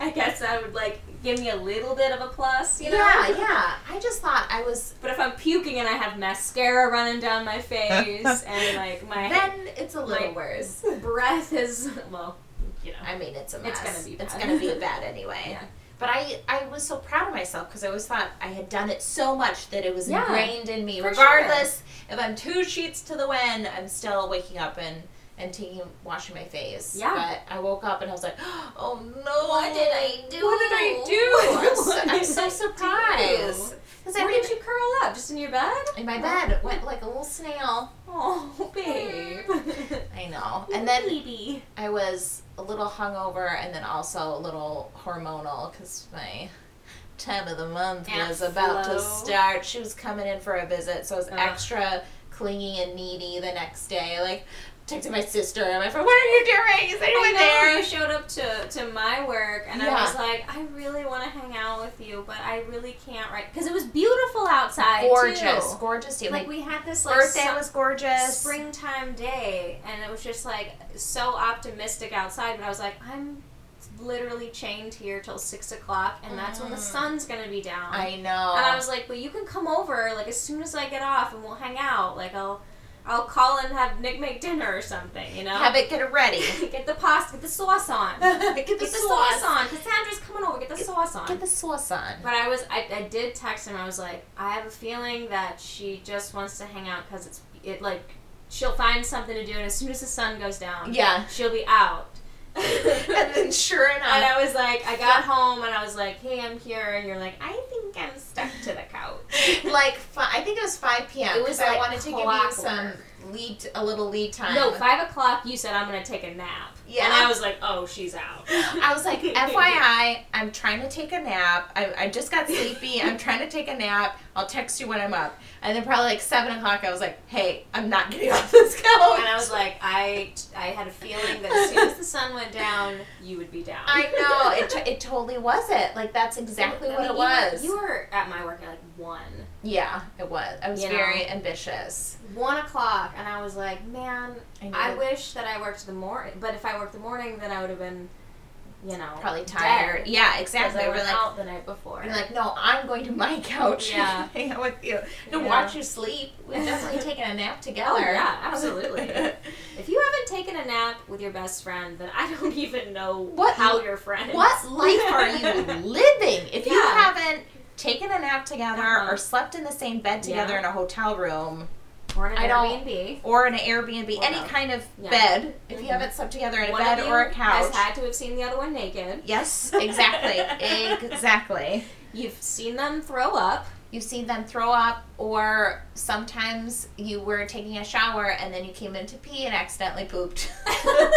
Speaker 1: I guess that would like give me a little bit of a plus, you know?
Speaker 2: yeah yeah. I just thought I was
Speaker 1: But if I'm puking and I have mascara running down my face and like my
Speaker 2: then it's a little
Speaker 1: my-
Speaker 2: worse.
Speaker 1: breath is well, you know.
Speaker 2: I mean, it's a
Speaker 1: It's
Speaker 2: mess.
Speaker 1: gonna be
Speaker 2: It's
Speaker 1: bad.
Speaker 2: gonna be bad anyway.
Speaker 1: Yeah.
Speaker 2: But I, I was so proud of myself because I always thought I had done it so much that it was
Speaker 1: Yeah,
Speaker 2: ingrained in me.
Speaker 1: for
Speaker 2: Regardless if I'm two sheets to the wind, I'm still waking up and and taking washing my face.
Speaker 1: Yeah.
Speaker 2: But I woke up and I was like, oh no,
Speaker 1: What did I do?
Speaker 2: What did I do? I'm so,
Speaker 1: What
Speaker 2: I'm
Speaker 1: did
Speaker 2: so
Speaker 1: I
Speaker 2: surprised.
Speaker 1: do?
Speaker 2: 'Cause I
Speaker 1: Where
Speaker 2: didn't-
Speaker 1: did you curl up? Just in your bed?
Speaker 2: in my bed went like a little snail.
Speaker 1: Oh, babe.
Speaker 2: I know. And then
Speaker 1: baby.
Speaker 2: I was a little hungover and then also a little hormonal because my time of the month
Speaker 1: Aunt
Speaker 2: was about to
Speaker 1: Flo.
Speaker 2: start. She was coming in for a visit, so I was
Speaker 1: Ugh.
Speaker 2: extra clingy and needy the next day. Like, texted my sister and my friend, What are you doing? Is
Speaker 1: I
Speaker 2: anyone
Speaker 1: know
Speaker 2: there?
Speaker 1: you showed up to, to my work, and
Speaker 2: Yeah.
Speaker 1: I was like, I really want to hang out with you, but I really can't right because it was beautiful outside. too.
Speaker 2: Gorgeous, gorgeous day.
Speaker 1: Like
Speaker 2: Like,
Speaker 1: we had this like
Speaker 2: birthday
Speaker 1: su-
Speaker 2: was gorgeous.
Speaker 1: springtime day, and it was just like so optimistic outside. But I was like, I'm literally chained here till six o'clock, and that's when the
Speaker 2: Mm.
Speaker 1: sun's gonna be down.
Speaker 2: I know.
Speaker 1: And I was like, well, you can come over like as soon as I get off, and we'll hang out. Like I'll, I'll call and have Nick make dinner or something. You know,
Speaker 2: Have it get it ready.
Speaker 1: get the pasta, get the sauce on, get
Speaker 2: get the,
Speaker 1: the
Speaker 2: sauce.
Speaker 1: sauce on. Cassandra's coming over, get the sauce on.
Speaker 2: Get the sauce on.
Speaker 1: But I was, I, I did text him. I was like, I have a feeling that she just wants to hang out because it's, it like, she'll find something to do, and as soon as the sun goes down,
Speaker 2: Yeah.
Speaker 1: she'll be out.
Speaker 2: and then sure enough,
Speaker 1: And I was like, I got home and I was like, hey, I'm here. And you're like, I think I'm stuck to the couch.
Speaker 2: like fi- I think it was five p.m.
Speaker 1: It was
Speaker 2: 'cause I
Speaker 1: like
Speaker 2: wanted to give you
Speaker 1: clockwork.
Speaker 2: some lead, a little lead time.
Speaker 1: No, five o'clock. You said I'm gonna take a nap.
Speaker 2: Yeah.
Speaker 1: And I was like, oh, she's out.
Speaker 2: I was like, FYI, I'm trying to take a nap. I, I just got sleepy. I'm trying to take a nap. I'll text you when I'm up. And then probably like seven o'clock, I was like, Hey, I'm not getting off this couch.
Speaker 1: And I was like, I, I had a feeling that as soon as the sun went down, you would be down.
Speaker 2: I know it. T- it totally wasn't. Like that's exactly
Speaker 1: I
Speaker 2: what
Speaker 1: mean,
Speaker 2: it
Speaker 1: you were-
Speaker 2: was.
Speaker 1: You were at my work at like one.
Speaker 2: yeah, it was. I was
Speaker 1: You know.
Speaker 2: very ambitious.
Speaker 1: one o'clock and I was like, man,
Speaker 2: knew
Speaker 1: I
Speaker 2: it.
Speaker 1: wish that I worked the morning. But if I worked the morning, then I would have been, you know,
Speaker 2: probably
Speaker 1: dead
Speaker 2: tired. Yeah,
Speaker 1: because
Speaker 2: exactly.
Speaker 1: I
Speaker 2: We're
Speaker 1: went
Speaker 2: like,
Speaker 1: out the night before.
Speaker 2: You're like, no, I'm going to my couch.
Speaker 1: Yeah.
Speaker 2: and hang out with you. To
Speaker 1: Yeah.
Speaker 2: watch you sleep. We're definitely taking a nap together.
Speaker 1: Oh, yeah, absolutely. if you haven't taken a nap with your best friend, then I don't even know
Speaker 2: What-
Speaker 1: how you're friends.
Speaker 2: what life are you living if you
Speaker 1: Yeah.
Speaker 2: haven't taken a nap together
Speaker 1: Uh-huh.
Speaker 2: or slept in the same bed together
Speaker 1: Yeah.
Speaker 2: in a hotel room
Speaker 1: Or an
Speaker 2: I don't-
Speaker 1: Airbnb.
Speaker 2: or in an Airbnb,
Speaker 1: Or
Speaker 2: any
Speaker 1: both.
Speaker 2: kind of
Speaker 1: Yeah.
Speaker 2: bed? If you
Speaker 1: Mhm.
Speaker 2: haven't slept together in a
Speaker 1: One
Speaker 2: bed
Speaker 1: of you
Speaker 2: or a couch.
Speaker 1: has had to have seen the other one naked.
Speaker 2: Yes, exactly. exactly.
Speaker 1: You've seen them throw up.
Speaker 2: You've seen them throw up, or sometimes you were taking a shower and then you came in to pee and accidentally pooped.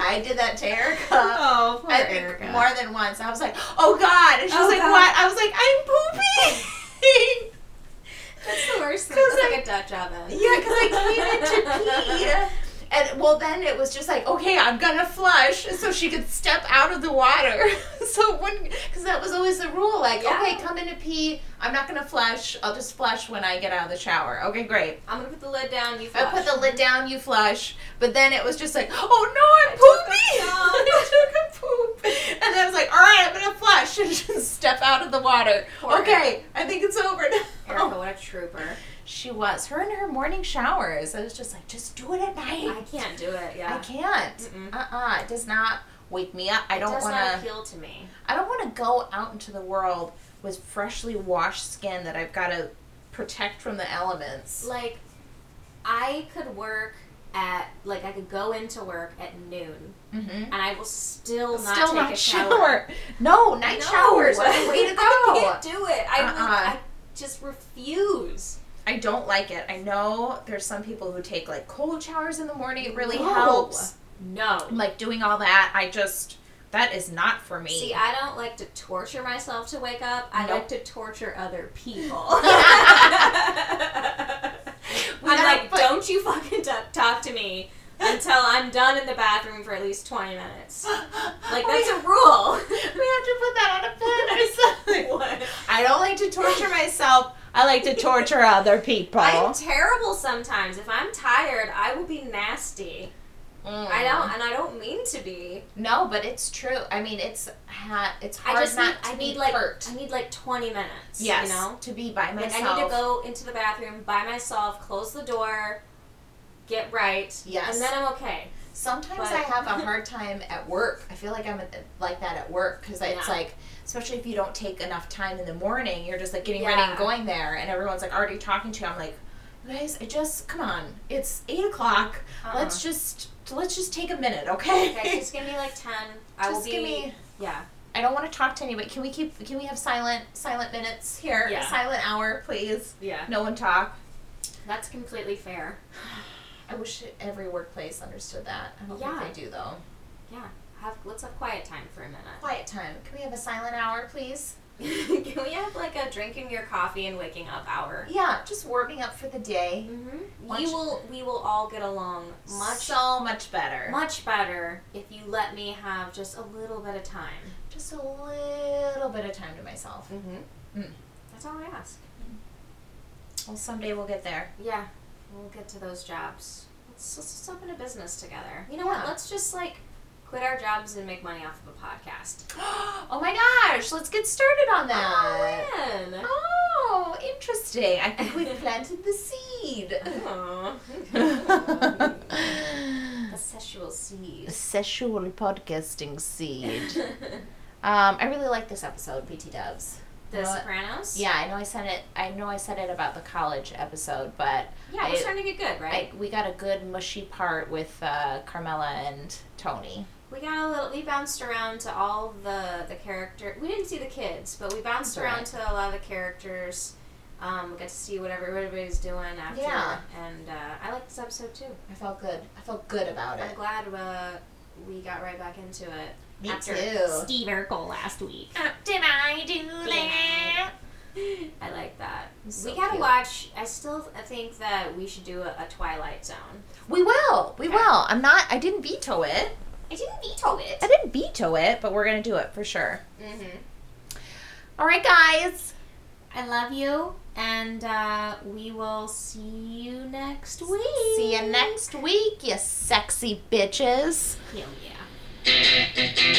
Speaker 2: I did that to Erica.
Speaker 1: Oh, poor
Speaker 2: I think more than once. I was like, "Oh God!" And she was
Speaker 1: Oh,
Speaker 2: like,
Speaker 1: God.
Speaker 2: "What?" I was like, "I'm pooping."
Speaker 1: That's the worst. thing.
Speaker 2: 'Cause
Speaker 1: That's
Speaker 2: I-
Speaker 1: like a Dutch oven.
Speaker 2: yeah, because I came in to pee. And well, then it was just like, okay, I'm gonna flush, so she could step out of the water. so it wouldn't, because that was always the rule. Like,
Speaker 1: Yeah.
Speaker 2: okay, come in to pee. I'm not gonna flush. I'll just flush when I get out of the shower. Okay, great.
Speaker 1: I'm gonna put the lid down. You
Speaker 2: I
Speaker 1: flush.
Speaker 2: put the lid down. You flush. But then it was just like, oh no, I'm pooping. I took a poop. And then I was like, all right, I'm gonna flush and just step out of the water.
Speaker 1: Poor
Speaker 2: okay, I think it's over now.
Speaker 1: Erica, what a trooper.
Speaker 2: She was. Her and her morning showers. I was just like, just do it at
Speaker 1: I
Speaker 2: night.
Speaker 1: can't do it. Yeah.
Speaker 2: I can't.
Speaker 1: Mm-mm.
Speaker 2: Uh uh It does not wake me up. I
Speaker 1: It
Speaker 2: don't
Speaker 1: does
Speaker 2: want
Speaker 1: not
Speaker 2: to.
Speaker 1: appeal to me.
Speaker 2: I don't want to go out into the world with freshly washed skin that I've got to protect from the elements.
Speaker 1: Like, I could work at like I could go into work at noon,
Speaker 2: Mm-hmm.
Speaker 1: and I will still not
Speaker 2: Still
Speaker 1: take
Speaker 2: not
Speaker 1: a
Speaker 2: shower.
Speaker 1: shower.
Speaker 2: No, night
Speaker 1: No.
Speaker 2: showers are the way to
Speaker 1: I
Speaker 2: go.
Speaker 1: can't do it. I will-
Speaker 2: Uh-uh.
Speaker 1: I just refuse.
Speaker 2: I don't like it. I know there's some people who take like cold showers in the morning. It really
Speaker 1: No.
Speaker 2: helps.
Speaker 1: No.
Speaker 2: Like doing all that. I just that is not for me.
Speaker 1: See, I don't like to torture myself to wake up. I
Speaker 2: Nope.
Speaker 1: like to torture other people.
Speaker 2: We
Speaker 1: I'm
Speaker 2: gotta
Speaker 1: like,
Speaker 2: put-
Speaker 1: don't you fucking t- talk to me until I'm done in the bathroom for at least 20 minutes. Like, that's a rule.
Speaker 2: We have to put that on a pin or something.
Speaker 1: What?
Speaker 2: I don't like to torture myself. I like to torture other people. Mm.
Speaker 1: I'm terrible sometimes. If I'm tired, I will be nasty. I don't, and I don't mean to be.
Speaker 2: No, but it's true. I mean, it's ha- it's hard
Speaker 1: I just
Speaker 2: not
Speaker 1: need,
Speaker 2: to
Speaker 1: I
Speaker 2: be
Speaker 1: need like,
Speaker 2: hurt.
Speaker 1: I need like 20 minutes.
Speaker 2: yes,
Speaker 1: You know?
Speaker 2: to be by
Speaker 1: Like,
Speaker 2: myself.
Speaker 1: I need to go into the bathroom by myself, close the door, get right.
Speaker 2: Yes.
Speaker 1: And then I'm okay.
Speaker 2: Sometimes
Speaker 1: But-
Speaker 2: I have a hard time at work. I feel like I'm uh, like that at work because it's
Speaker 1: Yeah.
Speaker 2: like, especially if you don't take enough time in the morning, you're just like getting ready
Speaker 1: Yeah.
Speaker 2: and going there, and everyone's like already talking to you. I'm like, "You guys, I just come on. It's eight o'clock.
Speaker 1: Uh-uh.
Speaker 2: Let's just let's just take a minute, Uh-uh. okay?
Speaker 1: Guys, just give me like ten. I will
Speaker 2: Just
Speaker 1: be.
Speaker 2: give me.
Speaker 1: Yeah.
Speaker 2: I don't want to talk to anybody. Can we keep? Can we have silent silent minutes here?
Speaker 1: Yeah.
Speaker 2: Silent hour, please.
Speaker 1: Yeah.
Speaker 2: No one talk.
Speaker 1: That's completely fair.
Speaker 2: I wish every workplace understood that. I don't
Speaker 1: Yeah.
Speaker 2: think they do though.
Speaker 1: Have let's have quiet time for a
Speaker 2: Quiet time. Can we have a silent hour, please?
Speaker 1: minute. Can we have like a drinking your coffee and waking up hour?
Speaker 2: Yeah, just warming up for the day.
Speaker 1: Mm-hmm.
Speaker 2: Lunch-
Speaker 1: We will. We will all get along much
Speaker 2: so much better.
Speaker 1: much better if you let me have just a little bit of time.
Speaker 2: Just a little bit of time to myself.
Speaker 1: Mm-hmm.
Speaker 2: Mm.
Speaker 1: That's all I ask.
Speaker 2: Well, someday we'll get there.
Speaker 1: Yeah, we'll get to those jobs. Let's, let's just open a business together. You know what?
Speaker 2: Yeah.
Speaker 1: Let's just like quit our jobs and make money off of a podcast.
Speaker 2: oh my gosh, let's get started on that.
Speaker 1: Oh, man.
Speaker 2: Oh, interesting. I think we planted the seed.
Speaker 1: Oh. the sexual seed.
Speaker 2: Sexual podcasting seed. um, I really like this episode, BT Doves.
Speaker 1: The
Speaker 2: What?
Speaker 1: Sopranos?
Speaker 2: Yeah, I know I said it. I know I said it about the college episode, but
Speaker 1: Yeah, we're
Speaker 2: I-
Speaker 1: starting to get good, right?
Speaker 2: I, we got a good mushy part with uh, Carmela and Tony.
Speaker 1: we got a little we bounced around to all the the character we didn't see the kids, but we bounced
Speaker 2: Right.
Speaker 1: around to a lot of the characters. Um, we got to see what every- what everybody's doing after
Speaker 2: Yeah.
Speaker 1: and uh, I like this episode too.
Speaker 2: I felt good. I felt good about
Speaker 1: I'm
Speaker 2: it.
Speaker 1: glad uh, we got right back into it.
Speaker 2: Me
Speaker 1: after
Speaker 2: too.
Speaker 1: Steve Urkel last week.
Speaker 2: Did I do that?
Speaker 1: I like that.
Speaker 2: So
Speaker 1: we gotta
Speaker 2: cute.
Speaker 1: watch. I still think that we should do a, a Twilight Zone.
Speaker 2: We will. We
Speaker 1: Okay.
Speaker 2: will. I'm not. I didn't veto it.
Speaker 1: I didn't veto
Speaker 2: I
Speaker 1: it.
Speaker 2: didn't veto it, but we're gonna do it for sure.
Speaker 1: Mm-hmm.
Speaker 2: All right, guys.
Speaker 1: I love you, and uh, we will see you next week.
Speaker 2: See you next week, you sexy bitches.
Speaker 1: Hell yeah.